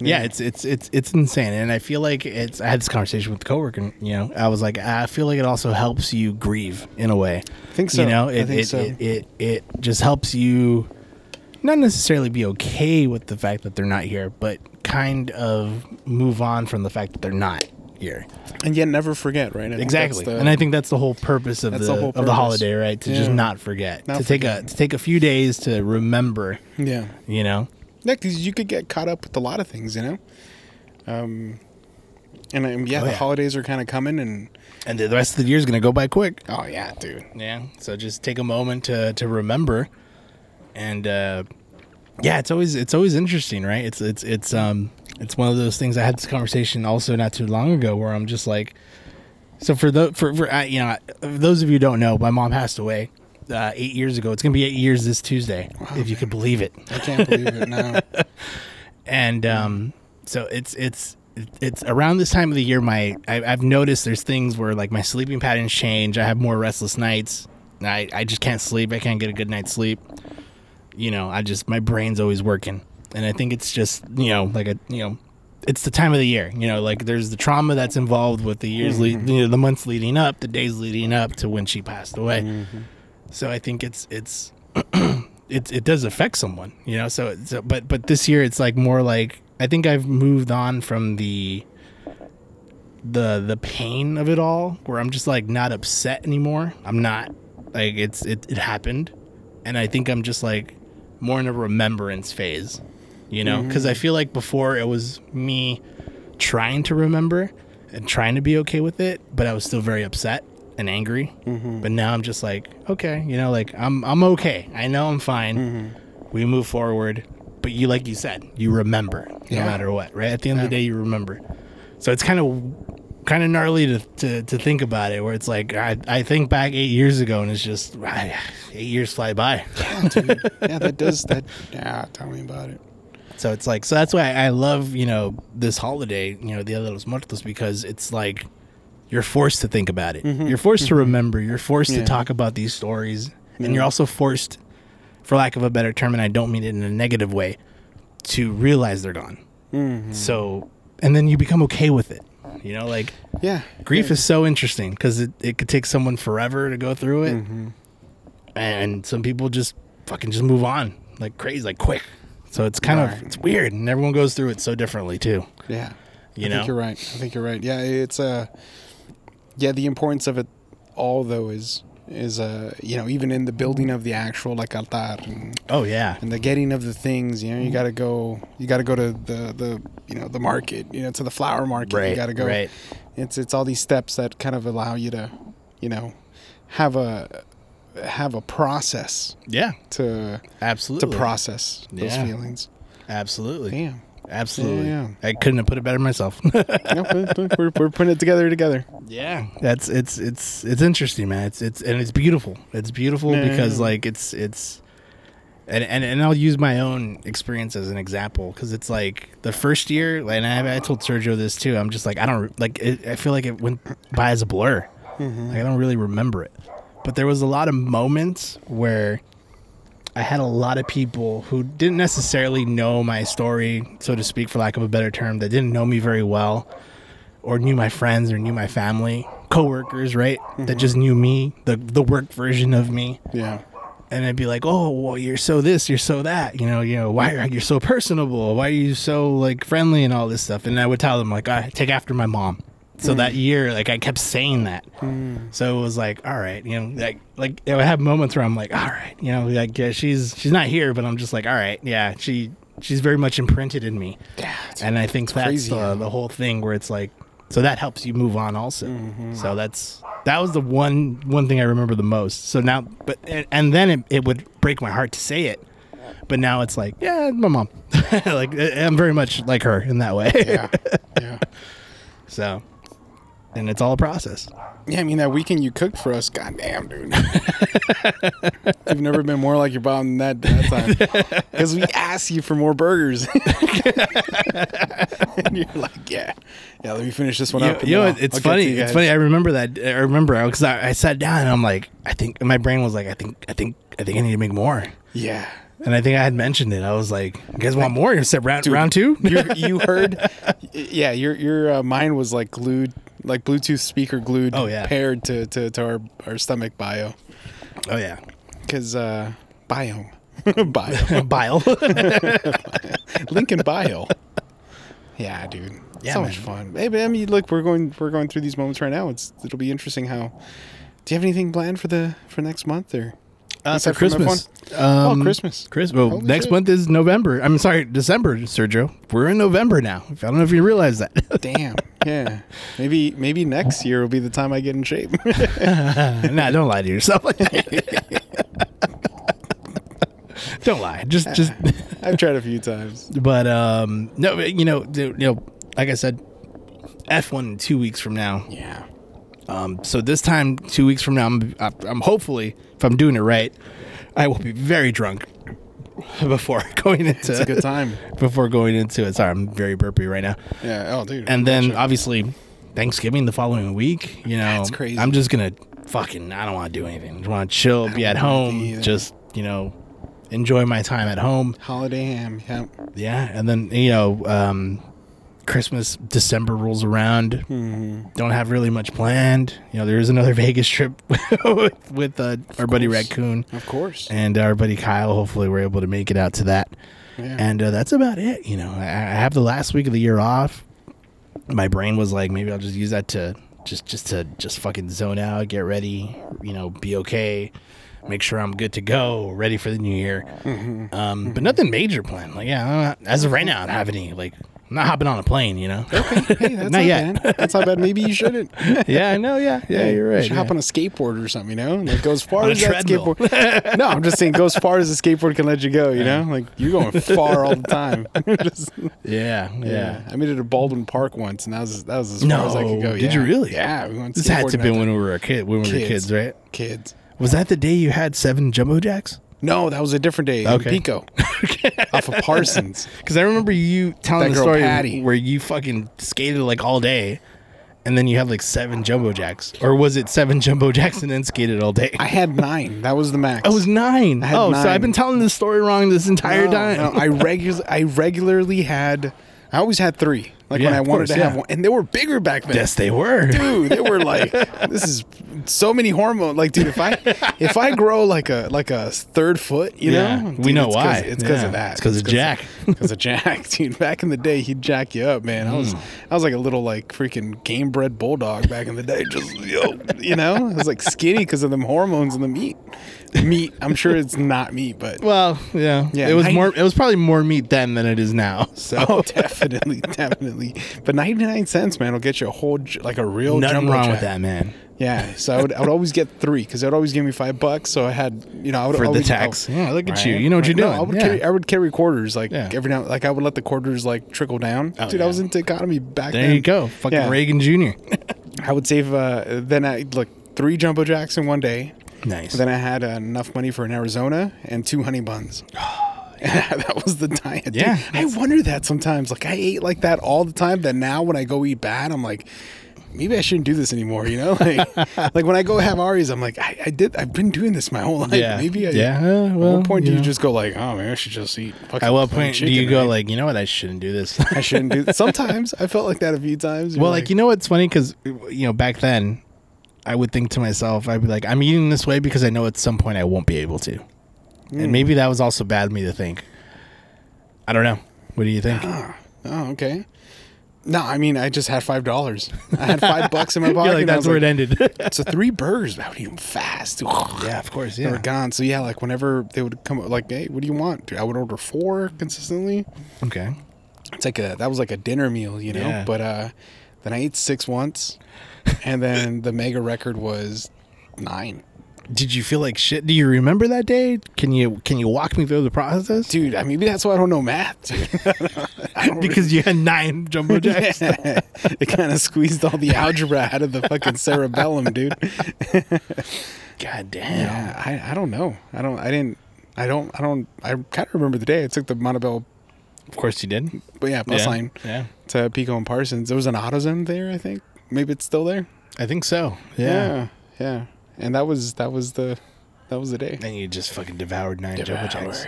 [SPEAKER 3] Yeah, it's it's it's it's insane, and I feel like it's. I had this conversation with the coworker, and you know, I was like, I feel like it also helps you grieve in a way. I
[SPEAKER 2] think so.
[SPEAKER 3] You know,
[SPEAKER 2] I
[SPEAKER 3] it
[SPEAKER 2] think
[SPEAKER 3] it,
[SPEAKER 2] so.
[SPEAKER 3] it, it it just helps you not necessarily be okay with the fact that they're not here, but kind of move on from the fact that they're not here.
[SPEAKER 2] and yet never forget right I think that's
[SPEAKER 3] Exactly,
[SPEAKER 2] the-
[SPEAKER 3] and I think that's the whole purpose of the,
[SPEAKER 2] That's the whole
[SPEAKER 3] of the
[SPEAKER 2] purpose.
[SPEAKER 3] holiday, right? To just
[SPEAKER 2] Yeah.
[SPEAKER 3] not forget,
[SPEAKER 2] Not
[SPEAKER 3] to take a
[SPEAKER 2] forget.
[SPEAKER 3] to take a few days to remember,
[SPEAKER 2] yeah
[SPEAKER 3] you know.
[SPEAKER 2] Yeah, because you could get caught up with a lot of things, you know. Um, and um, yeah,
[SPEAKER 3] Oh,
[SPEAKER 2] the
[SPEAKER 3] yeah.
[SPEAKER 2] holidays are kind of coming, and
[SPEAKER 3] And the rest of the year's gonna go by quick.
[SPEAKER 2] oh yeah, dude,
[SPEAKER 3] Yeah, so just take a moment to to remember, and uh, yeah, it's always it's always interesting, right? It's it's it's um it's one of those things. I had this conversation also not too long ago where I'm just like, so for the for for I, you know those of you who don't know, my mom passed away uh, eight years ago. It's gonna be eight years this Tuesday, if you could believe it
[SPEAKER 2] I can't believe it now.
[SPEAKER 3] and um, so it's it's it's around this time of the year my I, I've noticed there's things where like my sleeping patterns change. I have more restless nights. I I just can't sleep. I can't get a good night's sleep. You know, I just my brain's always working, and I think it's just you know like a you know. It's the time of the year, you know. Like, there's the trauma that's involved with the years, lea- you know, the months leading up, the days leading up to when she passed away. So I think it's it's it it does affect someone, you know. So, so but but this year it's like more like I think I've moved on from the the the pain of it all, where I'm just like not upset anymore. I'm not like it's it it happened, and I think I'm just like more in a remembrance phase, you know, because I feel like before it was me trying to remember and trying to be okay with it, but I was still very upset and angry. But now I'm just like, okay, you know, like I'm I'm okay. I know I'm fine. We move forward. But you, like you said, you remember
[SPEAKER 2] Yeah.
[SPEAKER 3] no matter what, right? At the end of the day, you remember. So it's kind of kind of gnarly to, to to think about it, where it's like I I think back eight years ago, and it's just ah, eight years fly by.
[SPEAKER 2] yeah, that does that. Yeah, tell me about it.
[SPEAKER 3] So it's like, so that's why I love, you know, this holiday, you know, Dia de los Muertos, because it's like you're forced to think about it. You're forced to remember. You're forced
[SPEAKER 2] Yeah.
[SPEAKER 3] to talk about these stories. And you're also forced, for lack of a better term, and I don't mean it in a negative way, to realize they're gone. So, and then you become okay with it. You know, like
[SPEAKER 2] Yeah.
[SPEAKER 3] grief is so interesting because it, it could take someone forever to go through it.
[SPEAKER 2] Mm-hmm.
[SPEAKER 3] And some people just fucking just move on like crazy, like quick. So it's kind
[SPEAKER 2] Right.
[SPEAKER 3] of it's weird, and everyone goes through it so differently too.
[SPEAKER 2] Yeah.
[SPEAKER 3] You
[SPEAKER 2] I
[SPEAKER 3] know?
[SPEAKER 2] think you're right. I think you're right. Yeah, it's uh yeah, the importance of it all though is is uh you know, even in the building of the actual like altar and,
[SPEAKER 3] Oh yeah,
[SPEAKER 2] and the getting of the things, you know,
[SPEAKER 3] Mm-hmm.
[SPEAKER 2] you gotta go you gotta go to the the you know, the market, you know, to the flower market. you
[SPEAKER 3] Right,
[SPEAKER 2] gotta go
[SPEAKER 3] right.
[SPEAKER 2] it's it's all these steps that kind of allow you to, you know, have a have a process
[SPEAKER 3] yeah,
[SPEAKER 2] to to
[SPEAKER 3] absolutely.
[SPEAKER 2] process those
[SPEAKER 3] Yeah.
[SPEAKER 2] feelings.
[SPEAKER 3] Absolutely,
[SPEAKER 2] Damn.
[SPEAKER 3] absolutely.
[SPEAKER 2] Yeah,
[SPEAKER 3] I couldn't have put it better myself.
[SPEAKER 2] Yep, we're, we're putting it together together.
[SPEAKER 3] yeah, that's it's it's it's interesting, man. It's it's and it's beautiful. It's beautiful
[SPEAKER 2] Yeah.
[SPEAKER 3] because like it's it's. And, and, and I'll use my own experience as an example because it's like the first year, and I, I told Sergio this too. I'm just like I don't like it, I feel like it went by as a blur.
[SPEAKER 2] Mm-hmm.
[SPEAKER 3] Like, I don't really remember it, but there was a lot of moments where I had a lot of people who didn't necessarily know my story, so to speak, for lack of a better term, that didn't know me very well, or knew my friends or knew my family, coworkers, right? That just knew me, the the work version of me
[SPEAKER 2] Yeah.
[SPEAKER 3] and I'd be like, "Oh, well, you're so this, you're so that, you know, you know, why are you so personable? Why are you so like friendly and all this stuff?" And I would tell them like, "I take after my mom." So that year, like I kept saying that. So it was like, "All right, you know, like like I would have moments where I'm like, "All right, you know, like yeah, she's she's not here, but I'm just like, all right, yeah, she she's very much imprinted in me."
[SPEAKER 2] Yeah.
[SPEAKER 3] and I think that's
[SPEAKER 2] crazy,
[SPEAKER 3] the,
[SPEAKER 2] huh?
[SPEAKER 3] the whole thing where it's like, so that helps you move on also.
[SPEAKER 2] Mm-hmm.
[SPEAKER 3] So that's that was the one one thing I remember the most. So now, but and, and then it, it would break my heart to say it, but now it's like, yeah, my mom, like I- I'm very much like her in that way.
[SPEAKER 2] Yeah. Yeah.
[SPEAKER 3] so, and it's all a process.
[SPEAKER 2] Yeah, I mean that weekend you cooked for us, goddamn, dude. You've never been more like your mom than that, that time, because we asked you for more burgers, and you're like, "Yeah, yeah, let me finish this one
[SPEAKER 3] You,
[SPEAKER 2] up." and
[SPEAKER 3] you know,
[SPEAKER 2] then
[SPEAKER 3] it-
[SPEAKER 2] I'll-
[SPEAKER 3] it's
[SPEAKER 2] I'll get
[SPEAKER 3] funny.
[SPEAKER 2] to you
[SPEAKER 3] It's
[SPEAKER 2] guys."
[SPEAKER 3] funny. I remember that. I remember because I, I sat down and I'm like, I think my brain was like, I think, I think, I think I need to make more.
[SPEAKER 2] Yeah,
[SPEAKER 3] And I think I had mentioned it. I was like, "You guys want more? You said round round two?
[SPEAKER 2] you, you heard? Yeah, your your uh, mind was like glued, like Bluetooth speaker glued.
[SPEAKER 3] Oh, yeah.
[SPEAKER 2] paired to to, to our our stomach bio,
[SPEAKER 3] oh yeah,
[SPEAKER 2] because uh, biome, bio,
[SPEAKER 3] bile.
[SPEAKER 2] Lincoln bio. Yeah, dude.
[SPEAKER 3] Yeah,
[SPEAKER 2] so
[SPEAKER 3] man.
[SPEAKER 2] much fun. Hey, but I mean, look, we're going we're going through these moments right now. It's it'll be interesting how. Do you have anything planned for the for next month or? Except for my
[SPEAKER 3] Uh, Um,
[SPEAKER 2] oh, Christmas.
[SPEAKER 3] Chris, well,
[SPEAKER 2] Holy
[SPEAKER 3] next
[SPEAKER 2] shit.
[SPEAKER 3] month is November. I'm sorry, December, Sergio. We're in November now. I don't know if you realize that.
[SPEAKER 2] Damn. Yeah. Maybe maybe next year will be the time I get in shape.
[SPEAKER 3] nah, don't lie to yourself. like that. don't lie. Just, just.
[SPEAKER 2] I've tried a few times.
[SPEAKER 3] But um, no, you know, dude, you know, like I said, F one in two weeks from now.
[SPEAKER 2] Yeah.
[SPEAKER 3] Um, so this time, two weeks from now, I'm, I'm hopefully, if I'm doing it right, I will be very drunk before going into
[SPEAKER 2] It's a good time.
[SPEAKER 3] before going into it. Sorry, I'm very burpy right now.
[SPEAKER 2] Yeah. Oh, dude.
[SPEAKER 3] And then obviously Thanksgiving the following week. You know,
[SPEAKER 2] That's crazy.
[SPEAKER 3] I'm just gonna fucking. I don't want to do anything. Just want to chill, be at home,
[SPEAKER 2] either.
[SPEAKER 3] just you know, enjoy my time at home.
[SPEAKER 2] holiday ham. Yeah.
[SPEAKER 3] Yeah, and then you know, um, Christmas December rolls around.
[SPEAKER 2] Mm-hmm.
[SPEAKER 3] Don't have really much planned. You know, there is another Vegas trip with, with uh, our buddy Raccoon
[SPEAKER 2] Of course.
[SPEAKER 3] and our buddy Kyle. Hopefully, we're able to make it out to that.
[SPEAKER 2] Yeah.
[SPEAKER 3] And uh, that's about it. You know, I, I have the last week of the year off. My brain was like, maybe I'll just use that to just just to just fucking zone out, get ready. You know, be okay. Make sure I'm good to go, ready for the new year.
[SPEAKER 2] Mm-hmm.
[SPEAKER 3] Um, but nothing major planned. Like, yeah, I don't- as of right now, I don't have any. Like, I'm not hopping on a plane. You know.
[SPEAKER 2] Hey, that's
[SPEAKER 3] Not
[SPEAKER 2] not
[SPEAKER 3] yet.
[SPEAKER 2] bad. That's not bad. Maybe you shouldn't.
[SPEAKER 3] yeah, I know. Yeah, yeah, you're
[SPEAKER 2] You
[SPEAKER 3] right.
[SPEAKER 2] should
[SPEAKER 3] yeah.
[SPEAKER 2] hop on a skateboard or something, you know? Like go as far
[SPEAKER 3] On a
[SPEAKER 2] as that
[SPEAKER 3] treadmill.
[SPEAKER 2] skateboard. no, I'm just saying go as far as the skateboard can let you go, you know? Like you're going far all the time. Just-
[SPEAKER 3] yeah, yeah.
[SPEAKER 2] I made it at Baldwin Park once and that was that was as far
[SPEAKER 3] No,
[SPEAKER 2] as I could go.
[SPEAKER 3] did
[SPEAKER 2] yeah.
[SPEAKER 3] you really?
[SPEAKER 2] Yeah. We went
[SPEAKER 3] This had to
[SPEAKER 2] skateboarding
[SPEAKER 3] be
[SPEAKER 2] out
[SPEAKER 3] when we were a kid. When we were
[SPEAKER 2] Kids.
[SPEAKER 3] kids, right?
[SPEAKER 2] there. kids.
[SPEAKER 3] Was that the day you had seven jumbo jacks?
[SPEAKER 2] No, that was a different day. in
[SPEAKER 3] Okay.
[SPEAKER 2] Pico. off of Parsons.
[SPEAKER 3] Because I remember you
[SPEAKER 2] That
[SPEAKER 3] telling the
[SPEAKER 2] girl
[SPEAKER 3] story
[SPEAKER 2] Patty.
[SPEAKER 3] where you fucking skated like all day, and then you had like seven jumbo jacks, or was it seven jumbo jacks and then skated all day?
[SPEAKER 2] I had nine. That was the max.
[SPEAKER 3] I was nine.
[SPEAKER 2] had
[SPEAKER 3] oh, so
[SPEAKER 2] nine.
[SPEAKER 3] I've been telling this story wrong this entire
[SPEAKER 2] No,
[SPEAKER 3] time.
[SPEAKER 2] no, I regular I regularly had I always had three. Like
[SPEAKER 3] Yeah,
[SPEAKER 2] when I
[SPEAKER 3] of
[SPEAKER 2] wanted
[SPEAKER 3] course,
[SPEAKER 2] to have
[SPEAKER 3] yeah.
[SPEAKER 2] one, and they were bigger back then.
[SPEAKER 3] Yes, they were.
[SPEAKER 2] Dude, they were like, this is so many hormones. Like, dude, if I if I grow like a like a third foot, you
[SPEAKER 3] Yeah,
[SPEAKER 2] know,
[SPEAKER 3] we
[SPEAKER 2] dude,
[SPEAKER 3] know
[SPEAKER 2] it's 'cause-
[SPEAKER 3] why.
[SPEAKER 2] It's because
[SPEAKER 3] Yeah,
[SPEAKER 2] of that.
[SPEAKER 3] it's 'cause of Jack.
[SPEAKER 2] Because of Jack, dude. Back in the day, he'd jack you up, man. I
[SPEAKER 3] Hmm.
[SPEAKER 2] was I was like a little like freaking game bred bulldog back in the day. Just yo, you know, I was like skinny because of them hormones and the meat. Meat. I'm sure it's not meat, but
[SPEAKER 3] Well, yeah.
[SPEAKER 2] Yeah,
[SPEAKER 3] It was
[SPEAKER 2] nine-
[SPEAKER 3] more. It was probably more meat then than it is now. So
[SPEAKER 2] Oh, definitely, definitely. But ninety nine cents, man, will get you a whole j- like a real.
[SPEAKER 3] nothing
[SPEAKER 2] Oh, jumbo
[SPEAKER 3] wrong
[SPEAKER 2] jack. Oh,
[SPEAKER 3] with that, man.
[SPEAKER 2] Yeah, so I would, I would always get three because they would always give me five bucks. So I had, you know, I would
[SPEAKER 3] For the
[SPEAKER 2] always,
[SPEAKER 3] tax.
[SPEAKER 2] I-
[SPEAKER 3] Yeah, look at you. You know what you're
[SPEAKER 2] I
[SPEAKER 3] doing.
[SPEAKER 2] would
[SPEAKER 3] Yeah.
[SPEAKER 2] carry, I would carry quarters like
[SPEAKER 3] Yeah. Oh,
[SPEAKER 2] every now, like I would let the quarters like trickle down. Dude,
[SPEAKER 3] yeah.
[SPEAKER 2] I was into economy back
[SPEAKER 3] There
[SPEAKER 2] then.
[SPEAKER 3] you go, fucking
[SPEAKER 2] Yeah.
[SPEAKER 3] Reagan Jr.
[SPEAKER 2] I would save. Uh, then I look three jumbo jacks in one day.
[SPEAKER 3] nice.
[SPEAKER 2] Then I had enough money for an Arizona and two honey buns. that was the diet. dude.
[SPEAKER 3] Yeah,
[SPEAKER 2] I wonder that sometimes. Like I ate like that all the time. That now when I go eat bad, I'm like, maybe I shouldn't do this anymore. You know, like, like when I go have Ari's, I'm like, I, I did. I've been doing this my whole life.
[SPEAKER 3] Yeah.
[SPEAKER 2] Maybe I.
[SPEAKER 3] Yeah, uh,
[SPEAKER 2] at
[SPEAKER 3] well,
[SPEAKER 2] what point
[SPEAKER 3] you
[SPEAKER 2] do you
[SPEAKER 3] know.
[SPEAKER 2] just go like, oh man, I should just eat? Fucking
[SPEAKER 3] At what
[SPEAKER 2] plain
[SPEAKER 3] point do
[SPEAKER 2] chicken,
[SPEAKER 3] you go
[SPEAKER 2] right?
[SPEAKER 3] like, you know what, I shouldn't do this?
[SPEAKER 2] I shouldn't do? This. Sometimes I felt like that a few times. You're
[SPEAKER 3] well, like you know what's funny because you know back then, I would think to myself, I'd be like, I'm eating this way because I know at some point I won't be able to, and maybe that was also bad of me to think. I don't know. What do you think?
[SPEAKER 2] oh okay. No, I mean I just had five dollars. I had five bucks in my pocket.
[SPEAKER 3] You're like
[SPEAKER 2] and I
[SPEAKER 3] that's
[SPEAKER 2] was
[SPEAKER 3] where
[SPEAKER 2] like,
[SPEAKER 3] it ended.
[SPEAKER 2] So three burgers, I would eat them fast.
[SPEAKER 3] yeah, of course.
[SPEAKER 2] They were gone. So yeah, like whenever they would come, like, hey, what do you want? Dude, I would order four consistently.
[SPEAKER 3] Okay.
[SPEAKER 2] It's like a that was like a dinner meal, you know.
[SPEAKER 3] Yeah.
[SPEAKER 2] But uh, then I ate six once, and then the mega record was nine.
[SPEAKER 3] Did you feel like shit? Do you remember that day? Can you can you walk me through the process?
[SPEAKER 2] Dude, I maybe that's why I don't know math. Dude. I don't
[SPEAKER 3] because you had nine jumbo jacks.
[SPEAKER 2] Yeah. it kind of squeezed all the algebra out of the fucking cerebellum, dude.
[SPEAKER 3] God damn.
[SPEAKER 2] Yeah, I, I don't know. I don't. I didn't. I don't. I don't. I kind of remember the day I took the Montebello,
[SPEAKER 3] Of course you did.
[SPEAKER 2] but yeah, plus line
[SPEAKER 3] Yeah.
[SPEAKER 2] to Pico and Parsons. There was an AutoZone there, I think. Maybe it's still there.
[SPEAKER 3] I think so.
[SPEAKER 2] yeah, yeah. And that was that was the that was the day.
[SPEAKER 3] And you just fucking devoured nine jumbo jacks.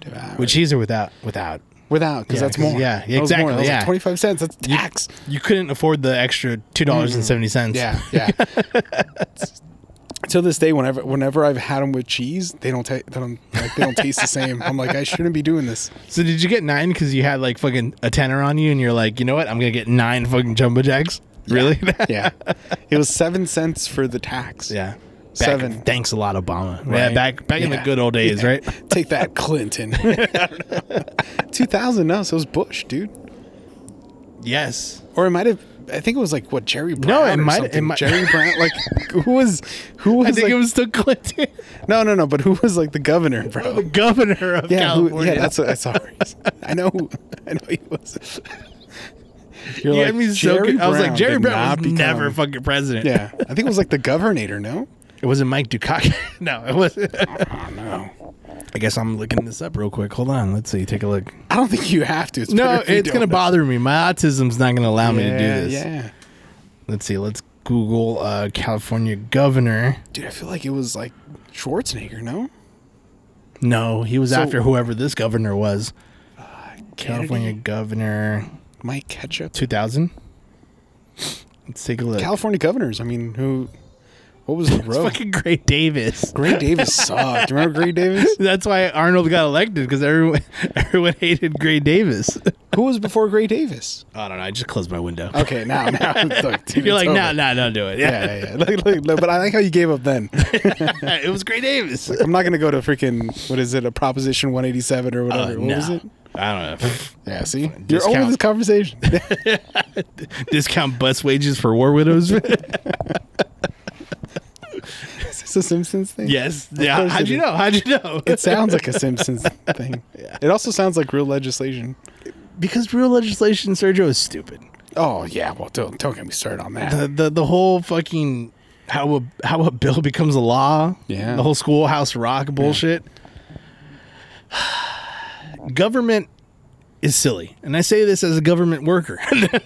[SPEAKER 2] Devoured.
[SPEAKER 3] Which he's or without without.
[SPEAKER 2] without because
[SPEAKER 3] Yeah,
[SPEAKER 2] that's
[SPEAKER 3] 'cause-
[SPEAKER 2] more.
[SPEAKER 3] yeah,
[SPEAKER 2] That was
[SPEAKER 3] exactly,
[SPEAKER 2] That was
[SPEAKER 3] yeah.
[SPEAKER 2] twenty five cents. That's tax.
[SPEAKER 3] You couldn't afford the extra two dollars seventy
[SPEAKER 2] Mm-hmm. Yeah, yeah. Till this day, whenever whenever I've had them with cheese, they don't ta- they don't like they don't taste the same. I'm like, I shouldn't be doing this.
[SPEAKER 3] So did you get nine because you had like fucking a tenner on you and you're like, you know what? I'm gonna get nine fucking jumbo jacks. Really?
[SPEAKER 2] Yeah, it was seven cents for the tax.
[SPEAKER 3] yeah. Back,
[SPEAKER 2] Seven.
[SPEAKER 3] Thanks a lot, Obama. Yeah,
[SPEAKER 2] Right.
[SPEAKER 3] back back in the
[SPEAKER 2] Yeah.
[SPEAKER 3] good old days,
[SPEAKER 2] Yeah.
[SPEAKER 3] right?
[SPEAKER 2] Take that, Clinton. Two thousand. No, so it was Bush, dude.
[SPEAKER 3] Yes.
[SPEAKER 2] or it might have. I think it was like what Jerry Brown.
[SPEAKER 3] it
[SPEAKER 2] or
[SPEAKER 3] might-
[SPEAKER 2] something.
[SPEAKER 3] it might-
[SPEAKER 2] Jerry Brown. Like who was who was?
[SPEAKER 3] I think
[SPEAKER 2] like-
[SPEAKER 3] it was the Clinton,
[SPEAKER 2] no, no, no. But who was like the governor, bro?
[SPEAKER 3] the governor of
[SPEAKER 2] yeah, who,
[SPEAKER 3] Oh, California.
[SPEAKER 2] yeah. That's what I saw. I know. Who, I know he was. You're
[SPEAKER 3] You had me so
[SPEAKER 2] Jerry
[SPEAKER 3] good. I was like,
[SPEAKER 2] Brown
[SPEAKER 3] Jerry
[SPEAKER 2] did
[SPEAKER 3] Brown
[SPEAKER 2] not
[SPEAKER 3] was
[SPEAKER 2] become-
[SPEAKER 3] never fucking president.
[SPEAKER 2] Yeah, I think it was like the governor. No,
[SPEAKER 3] It wasn't Mike Dukakis. no, it wasn't.
[SPEAKER 2] oh, no.
[SPEAKER 3] I guess I'm looking this up real quick. Hold on. Let's see. Take a look.
[SPEAKER 2] I don't think you have to. It's
[SPEAKER 3] No,
[SPEAKER 2] better if you
[SPEAKER 3] it's
[SPEAKER 2] don't
[SPEAKER 3] going to
[SPEAKER 2] know.
[SPEAKER 3] bother me. My autism's not going to allow me to do
[SPEAKER 2] Yeah,
[SPEAKER 3] this.
[SPEAKER 2] Yeah,
[SPEAKER 3] Let's see. Let's Google uh, California governor.
[SPEAKER 2] dude. I feel like it was like Schwarzenegger. No,
[SPEAKER 3] No, he was
[SPEAKER 2] So-
[SPEAKER 3] after whoever this governor was. California
[SPEAKER 2] Kennedy,
[SPEAKER 3] governor
[SPEAKER 2] Mike Ketchup.
[SPEAKER 3] 2000. Let's take a look.
[SPEAKER 2] California governors. I mean, who? What was the row?
[SPEAKER 3] Fucking Great Davis.
[SPEAKER 2] Gray Davis sucked. Do you remember Gray Davis?
[SPEAKER 3] That's why Arnold got elected because everyone everyone hated Gray Davis.
[SPEAKER 2] Who was before Gray Davis?
[SPEAKER 3] I don't know. I just closed my window.
[SPEAKER 2] Okay, now, now. Look, dude,
[SPEAKER 3] You're
[SPEAKER 2] it's
[SPEAKER 3] like,
[SPEAKER 2] over.
[SPEAKER 3] no, no, don't do it.
[SPEAKER 2] Yeah, yeah, yeah. Look, look, look, but I like how you gave up then.
[SPEAKER 3] it was Gray Davis.
[SPEAKER 2] I'm not going to go to freaking, what is it, a Proposition 187 or whatever. what was it?
[SPEAKER 3] I don't know.
[SPEAKER 2] Yeah, see? You're
[SPEAKER 3] Discount.
[SPEAKER 2] over this conversation.
[SPEAKER 3] Discount bus wages for war widows.
[SPEAKER 2] is this a Simpsons thing?
[SPEAKER 3] yes. Yeah.
[SPEAKER 2] course
[SPEAKER 3] How'd
[SPEAKER 2] it
[SPEAKER 3] you
[SPEAKER 2] is.
[SPEAKER 3] know? How'd you know?
[SPEAKER 2] It sounds like a Simpsons thing. It also sounds like real legislation.
[SPEAKER 3] because real legislation, Sergio, is stupid.
[SPEAKER 2] Oh, yeah. Well, don't, don't get me started on that.
[SPEAKER 3] The the, the whole fucking how a how a bill becomes a law.
[SPEAKER 2] Yeah.
[SPEAKER 3] The whole schoolhouse rock bullshit. Government is silly. And I say this as a government worker.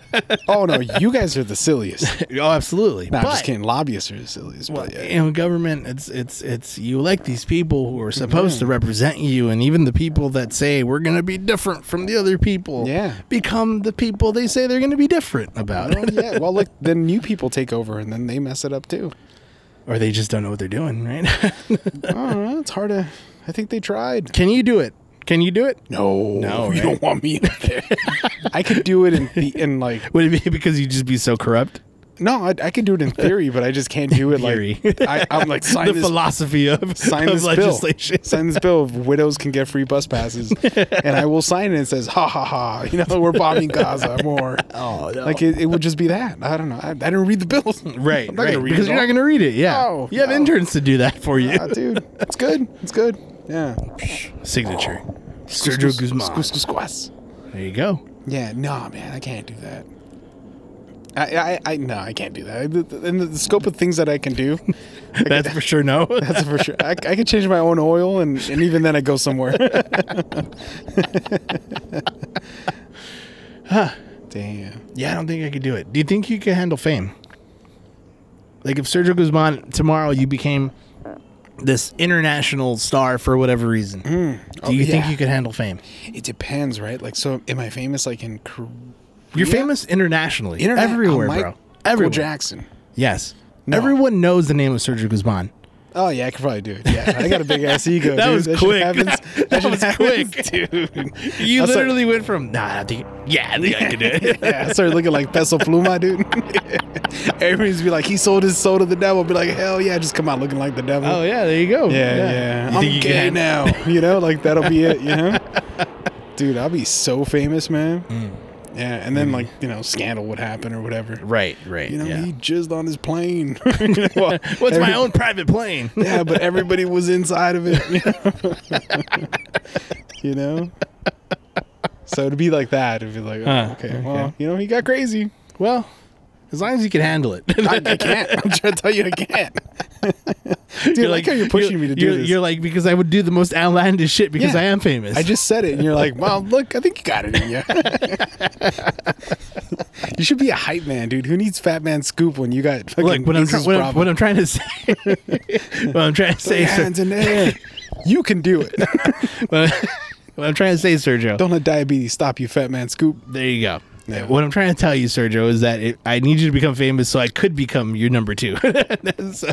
[SPEAKER 2] Oh no, you guys are the silliest.
[SPEAKER 3] oh, absolutely.
[SPEAKER 2] No, I'm just
[SPEAKER 3] But-
[SPEAKER 2] kidding. Lobbyists are the silliest.
[SPEAKER 3] Well, eh.
[SPEAKER 2] but yeah.
[SPEAKER 3] you know, government, it's it's it's you elect these people who are supposed
[SPEAKER 2] Mm-hmm.
[SPEAKER 3] to represent you, and even the people that say we're going to be different from the other people,
[SPEAKER 2] Yeah.
[SPEAKER 3] become the people they say they're going to be different about,
[SPEAKER 2] Well, yeah. Well, look, then new people take over, and then they mess it up too.
[SPEAKER 3] or they just don't know what they're doing, right?
[SPEAKER 2] I don't know. It's hard to. I think they tried.
[SPEAKER 3] Can you do it? Can you do it?
[SPEAKER 2] No,
[SPEAKER 3] No,
[SPEAKER 2] you don't
[SPEAKER 3] right?
[SPEAKER 2] want me in there. I could do it in the in like
[SPEAKER 3] Would it be because you just be so corrupt?
[SPEAKER 2] no, I, I could do it in theory, but I just can't do it
[SPEAKER 3] Theory.
[SPEAKER 2] like I, I'm like sign
[SPEAKER 3] the
[SPEAKER 2] this
[SPEAKER 3] philosophy of,
[SPEAKER 2] sign
[SPEAKER 3] of
[SPEAKER 2] this
[SPEAKER 3] legislation.
[SPEAKER 2] bill. Sign this bill of widows can get free bus passes, and I will sign it. and It says, "Ha ha ha!" You know, we're bombing Gaza more.
[SPEAKER 3] Oh, no.
[SPEAKER 2] Like it, it would just be that. I don't know. I, I didn't read the bill.
[SPEAKER 3] Right,
[SPEAKER 2] I'm not
[SPEAKER 3] right.
[SPEAKER 2] gonna read
[SPEAKER 3] because
[SPEAKER 2] it
[SPEAKER 3] you're not
[SPEAKER 2] all.
[SPEAKER 3] going to read it. Yeah,
[SPEAKER 2] No,
[SPEAKER 3] you have
[SPEAKER 2] no.
[SPEAKER 3] interns to do that for you.
[SPEAKER 2] Ah, dude, it's good. It's good. Yeah.
[SPEAKER 3] Signature, Sergio
[SPEAKER 2] Squas-
[SPEAKER 3] Guzman.
[SPEAKER 2] squas- squas- squas.
[SPEAKER 3] There you go.
[SPEAKER 2] Yeah. No, man, I can't do that. I, I, I no, I can't do that. I- the- the- In the, the scope of things that I can do, I could-
[SPEAKER 3] That's for sure. No,
[SPEAKER 2] That's for sure. I, I could change my own oil, and, and even then, I go somewhere. Damn.
[SPEAKER 3] Yeah, I don't think I could do it. Do you think you could handle fame? Like if Sergio Guzman tomorrow you became this international star for whatever reason, do you think
[SPEAKER 2] yeah.
[SPEAKER 3] you could handle fame?
[SPEAKER 2] It depends, right? Like, so am I famous like in Korea?
[SPEAKER 3] You're famous internationally,
[SPEAKER 2] Internet-
[SPEAKER 3] everywhere,
[SPEAKER 2] I'm
[SPEAKER 3] bro.
[SPEAKER 2] Michael
[SPEAKER 3] Everywhere.
[SPEAKER 2] Jackson.
[SPEAKER 3] Yes,
[SPEAKER 2] No.
[SPEAKER 3] everyone knows the name of Sergio Guzman.
[SPEAKER 2] Oh yeah, I could probably do it. Yeah, I got a big ass ego.
[SPEAKER 3] That
[SPEAKER 2] dude.
[SPEAKER 3] was
[SPEAKER 2] shit
[SPEAKER 3] quick.
[SPEAKER 2] happens.
[SPEAKER 3] That,
[SPEAKER 2] shit
[SPEAKER 3] was
[SPEAKER 2] happens,
[SPEAKER 3] quick,
[SPEAKER 2] dude.
[SPEAKER 3] You
[SPEAKER 2] I was like-
[SPEAKER 3] literally went from nah, I think, yeah, I think I could do it.
[SPEAKER 2] Yeah, I started looking like Peso Pluma, dude. Everybody's be like, he sold his soul to the devil. Be like, hell yeah, just come out looking like the devil.
[SPEAKER 3] oh yeah, there you go.
[SPEAKER 2] Yeah, yeah.
[SPEAKER 3] You
[SPEAKER 2] I'm
[SPEAKER 3] think you could
[SPEAKER 2] gay
[SPEAKER 3] hand-
[SPEAKER 2] now. you know, like that'll be it. You know, dude, I'll be so famous, man. Yeah, and then like you know, scandal would happen or whatever.
[SPEAKER 3] Right, right.
[SPEAKER 2] You know,
[SPEAKER 3] yeah.
[SPEAKER 2] he jizzed on his plane. You know, well,
[SPEAKER 3] What's
[SPEAKER 2] every-
[SPEAKER 3] my own private plane?
[SPEAKER 2] Yeah, but everybody was inside of it. You know. You know? So it'd be like that. It'd be like, oh,
[SPEAKER 3] Huh,
[SPEAKER 2] okay, well, you know, he got crazy. Well,
[SPEAKER 3] As long as you can handle it.
[SPEAKER 2] I, I can't. I'm trying to tell you, I can't. Dude, I like, how you're pushing me to do
[SPEAKER 3] you're,
[SPEAKER 2] this.
[SPEAKER 3] You're like because I would do the most outlandish shit because
[SPEAKER 2] Yeah.
[SPEAKER 3] I am famous.
[SPEAKER 2] I just said it, and you're like, "Well, look, I think you got it in you." you should be a hype man, dude. Who needs Fat Man Scoop when you got fucking
[SPEAKER 3] look what I'm, try-
[SPEAKER 2] Jesus
[SPEAKER 3] what, I'm,
[SPEAKER 2] problem?
[SPEAKER 3] what I'm trying to say. what I'm trying to say,
[SPEAKER 2] Your
[SPEAKER 3] Ser-
[SPEAKER 2] hands in the air. You can do it.
[SPEAKER 3] what, I- what I'm trying to say, Sergio.
[SPEAKER 2] Don't let diabetes stop you, Fat Man Scoop.
[SPEAKER 3] there you go.
[SPEAKER 2] Yeah.
[SPEAKER 3] What I'm trying to tell you, Sergio, is that it, I need you to become famous so I could become your number two. so,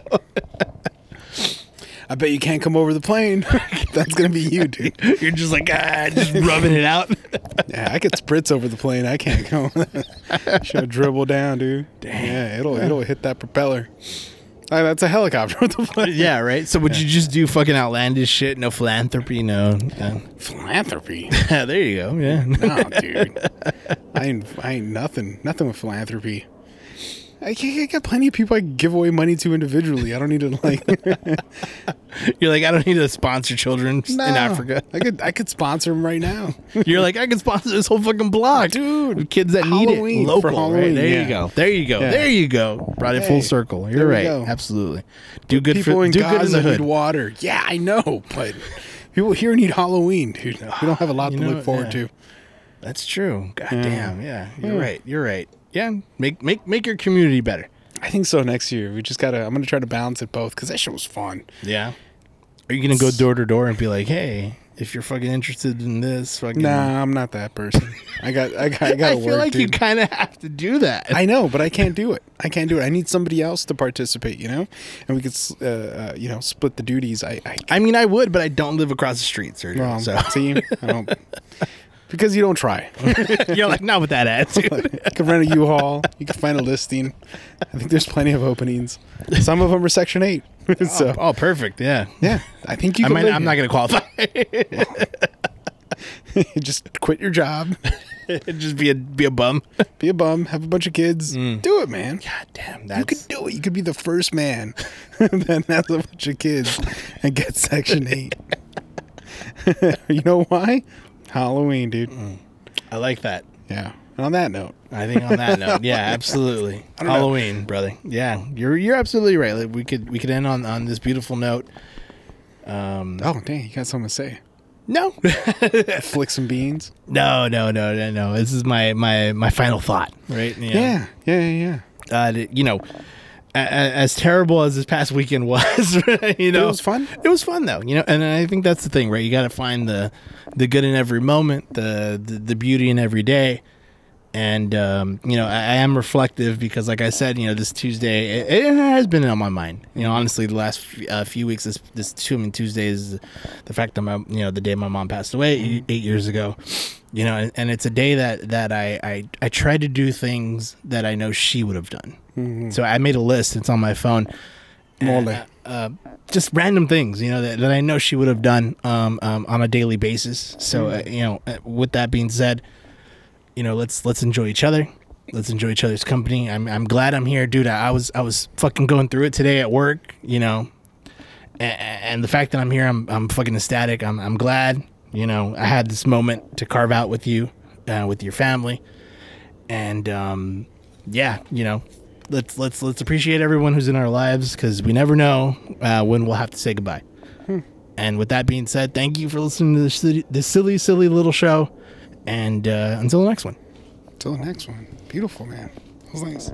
[SPEAKER 2] I bet you can't come over the plane. That's gonna be you, dude.
[SPEAKER 3] you're just like ah, just rubbing it out.
[SPEAKER 2] Yeah, I could spritz over the plane. I can't come. Should dribble down, dude. Yeah, it'll it'll hit that propeller. Ah, that's a helicopter with the plane.
[SPEAKER 3] yeah, right. So would you just do fucking outlandish shit? No philanthropy, no. no.
[SPEAKER 2] Philanthropy.
[SPEAKER 3] there you go. Yeah.
[SPEAKER 2] No, Oh, dude. I ain't, I ain't nothing. Nothing with philanthropy. I, ca- I got plenty of people I can give away money to individually. I don't need to like
[SPEAKER 3] You're like, I don't need to sponsor children
[SPEAKER 2] No.
[SPEAKER 3] in Africa.
[SPEAKER 2] I could I could sponsor them right now,
[SPEAKER 3] You're like, I can sponsor this whole fucking block,
[SPEAKER 2] dude.
[SPEAKER 3] Kids that need
[SPEAKER 2] Halloween,
[SPEAKER 3] it,
[SPEAKER 2] for
[SPEAKER 3] local. right?
[SPEAKER 2] Halloween,
[SPEAKER 3] There
[SPEAKER 2] yeah.
[SPEAKER 3] you go. There you go.
[SPEAKER 2] Yeah.
[SPEAKER 3] There you go. Brought it
[SPEAKER 2] Hey,
[SPEAKER 3] full circle. You're
[SPEAKER 2] we
[SPEAKER 3] right.
[SPEAKER 2] go.
[SPEAKER 3] Absolutely. Do good
[SPEAKER 2] people
[SPEAKER 3] for
[SPEAKER 2] in
[SPEAKER 3] do
[SPEAKER 2] Gaza
[SPEAKER 3] good in the hood.
[SPEAKER 2] need water. Yeah, I know, but people here need Halloween, dude. We don't have a lot
[SPEAKER 3] You
[SPEAKER 2] to
[SPEAKER 3] know,
[SPEAKER 2] look forward
[SPEAKER 3] yeah.
[SPEAKER 2] to.
[SPEAKER 3] That's true. God damn. Yeah. You're
[SPEAKER 2] Hmm.
[SPEAKER 3] right. You're right. Yeah. Make make make your community better.
[SPEAKER 2] I think so. Next year, we just gotta. I'm gonna try to balance it both because that shit was fun.
[SPEAKER 3] Yeah. Are you gonna go door to door and be like, hey, if you're fucking interested in this, fucking
[SPEAKER 2] Nah, I'm not that person. I got. I got. Mm. I
[SPEAKER 3] I
[SPEAKER 2] gotta
[SPEAKER 3] feel
[SPEAKER 2] work.
[SPEAKER 3] like you
[SPEAKER 2] dude.
[SPEAKER 3] kind of have to do that.
[SPEAKER 2] I know, but I can't do it. I can't do it. I need somebody else to participate, you know? And we could, s- uh, uh, you know, split the duties. I, I
[SPEAKER 3] I mean, I would, but I don't live across the street, Sergio.
[SPEAKER 2] um,
[SPEAKER 3] so
[SPEAKER 2] see, I don't, because you don't try.
[SPEAKER 3] you're like, not with that attitude.
[SPEAKER 2] you can rent a U-Haul. You can find a listing. I think there's plenty of openings. Some of them are Section 8. so,
[SPEAKER 3] oh, perfect. Yeah.
[SPEAKER 2] yeah, I think you
[SPEAKER 3] I
[SPEAKER 2] can
[SPEAKER 3] might,
[SPEAKER 2] live
[SPEAKER 3] I'm
[SPEAKER 2] here.
[SPEAKER 3] not going to qualify.
[SPEAKER 2] Just quit your job,
[SPEAKER 3] Just be a be a bum.
[SPEAKER 2] be a bum, have a bunch of kids.
[SPEAKER 3] Mm.
[SPEAKER 2] Do it, man.
[SPEAKER 3] God damn,
[SPEAKER 2] You could do it. You could be the first man that has a bunch of kids and get Section 8. you know why? Halloween, dude.
[SPEAKER 3] I like that.
[SPEAKER 2] Yeah. And on that note,
[SPEAKER 3] I think on that note, yeah, absolutely.
[SPEAKER 2] know.
[SPEAKER 3] Halloween, brother. Yeah, you're you're absolutely right. Like, we could we could end on on this beautiful note. Um,
[SPEAKER 2] Mm. oh, dang, you got something to say.
[SPEAKER 3] No,
[SPEAKER 2] Flick some beans.
[SPEAKER 3] no, no, no, no, no. This is my my my final thought, right? You know,
[SPEAKER 2] Yeah, yeah, yeah. yeah.
[SPEAKER 3] Uh, th- you know, a- a- as terrible as this past weekend was, right, you know,
[SPEAKER 2] was fun.
[SPEAKER 3] It was fun though, you know. And I think that's the thing, right? You got to find the the good in every moment, the the, the beauty in every day. And um, you know, I, I am reflective because, like I said, you know, this Tuesday it, it has been on my mind. You know, honestly, the last f- uh, few weeks, this this Tuesday Tuesday is the fact that my you know the day my mom passed away e- eight years ago. You know, and, and it's a day that that I, I I try to do things that I know she would have done. So I made a list. It's on my phone
[SPEAKER 2] Mole.
[SPEAKER 3] uh, just random things, you know, that, that I know she would have done um, um, on a daily basis. So, uh, you know, uh, with that being said, you know, let's let's enjoy each other. Let's enjoy each other's company. I'm, I'm glad I'm here, dude. I, I was I was fucking going through it today at work, you know, A- a- and the fact that I'm here, I'm I'm fucking ecstatic. I'm I'm glad, you know, I had this moment to carve out with you, uh, with your family, and um, yeah, you know, let's let's let's appreciate everyone who's in our lives because we never know uh, when we'll have to say goodbye. And with that being said, thank you for listening to this silly, this silly, silly little show, and uh, until the next one.
[SPEAKER 2] Till the next one. Beautiful man. That was nice.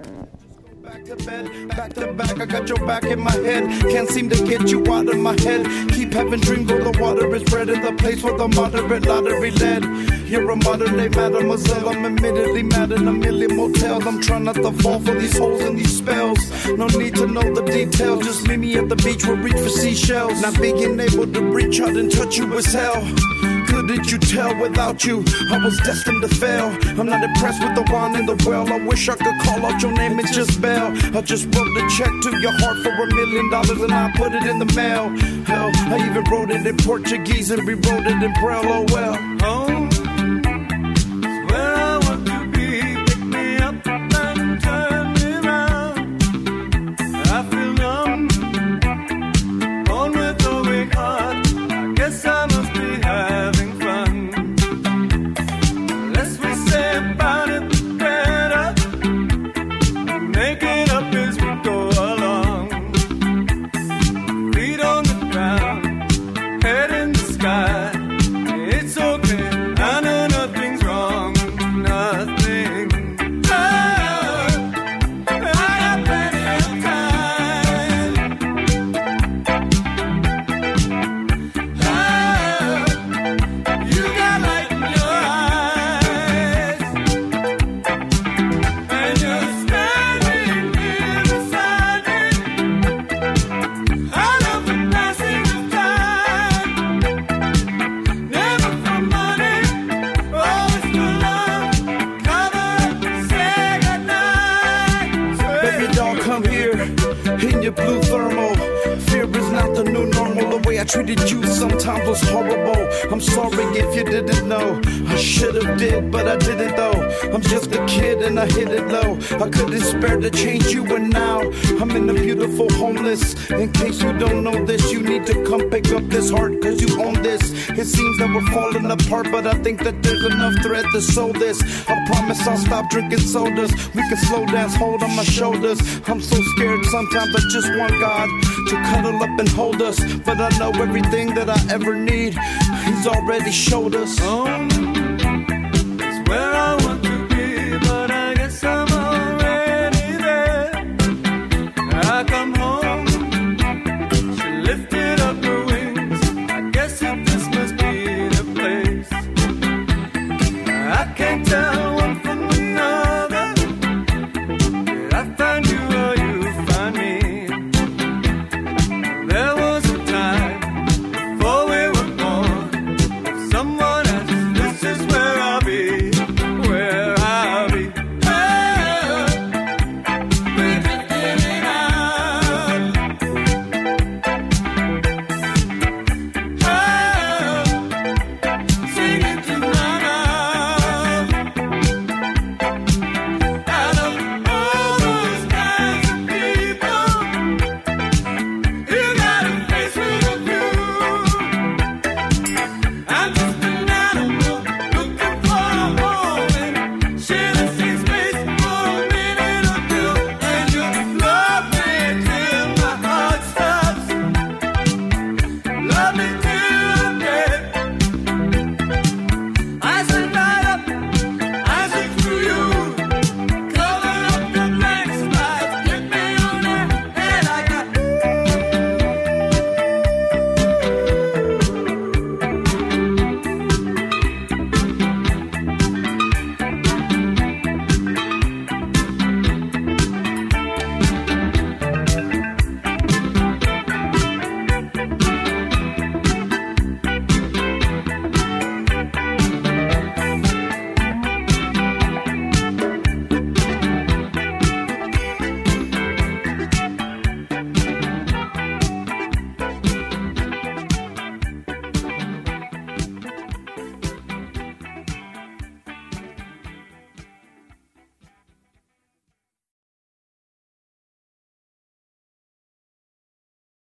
[SPEAKER 1] Back to bed, back to back, I got your back in my head. Can't seem to get you out of my head. Keep having dreams though the water is red in the place where the moderate lottery led. You're a modern day mademoiselle, I'm admittedly mad in a million motel. I'm trying not to fall for these holes and these spells. No need to know the details, just meet me at the beach, we'll reach for seashells. Not being able to reach out and touch you is hell. Couldn't you tell without you? I was destined to fail. I'm not impressed with the wine in the well. I wish I could call out your name and just bail. I just wrote a check to your heart for a million dollars and I put it in the mail. Hell, I even wrote it in Portuguese and rewrote it in Braille. Oh well. Oh. Where would you be? Pick me up and turn me round. I feel numb. Born with a weak heart, I guess I must be having fun. Less we say about it, the better. Make it up as we go along. Feet on the ground, head in the sky. It's okay, I know nothing's wrong, nothing. Oh, I got plenty of time. You got light in your eyes, and you're standing here beside me. Out of the passing of time, never for money, always for love. Cover, say goodnight. Baby doll, come here in your blue thermal. Fear is not the new normal. The way I treated you sometimes was horrible. I'm sorry if you didn't know. I should have did, but I didn't though. I'm just a kid and I hit it low. I couldn't spare to change you, and now I'm in a beautiful homeless. In case you don't know this, you need to come pick up this heart, cause you own this. It seems that we're falling apart, but I think that there's enough thread to sew this. I promise I'll stop drinking sodas. We can slow dance, hold on my shoulders. I'm so scared sometimes I just want God to cuddle up and hold us. But I know everything that I ever need, He's already showed us. Home is where I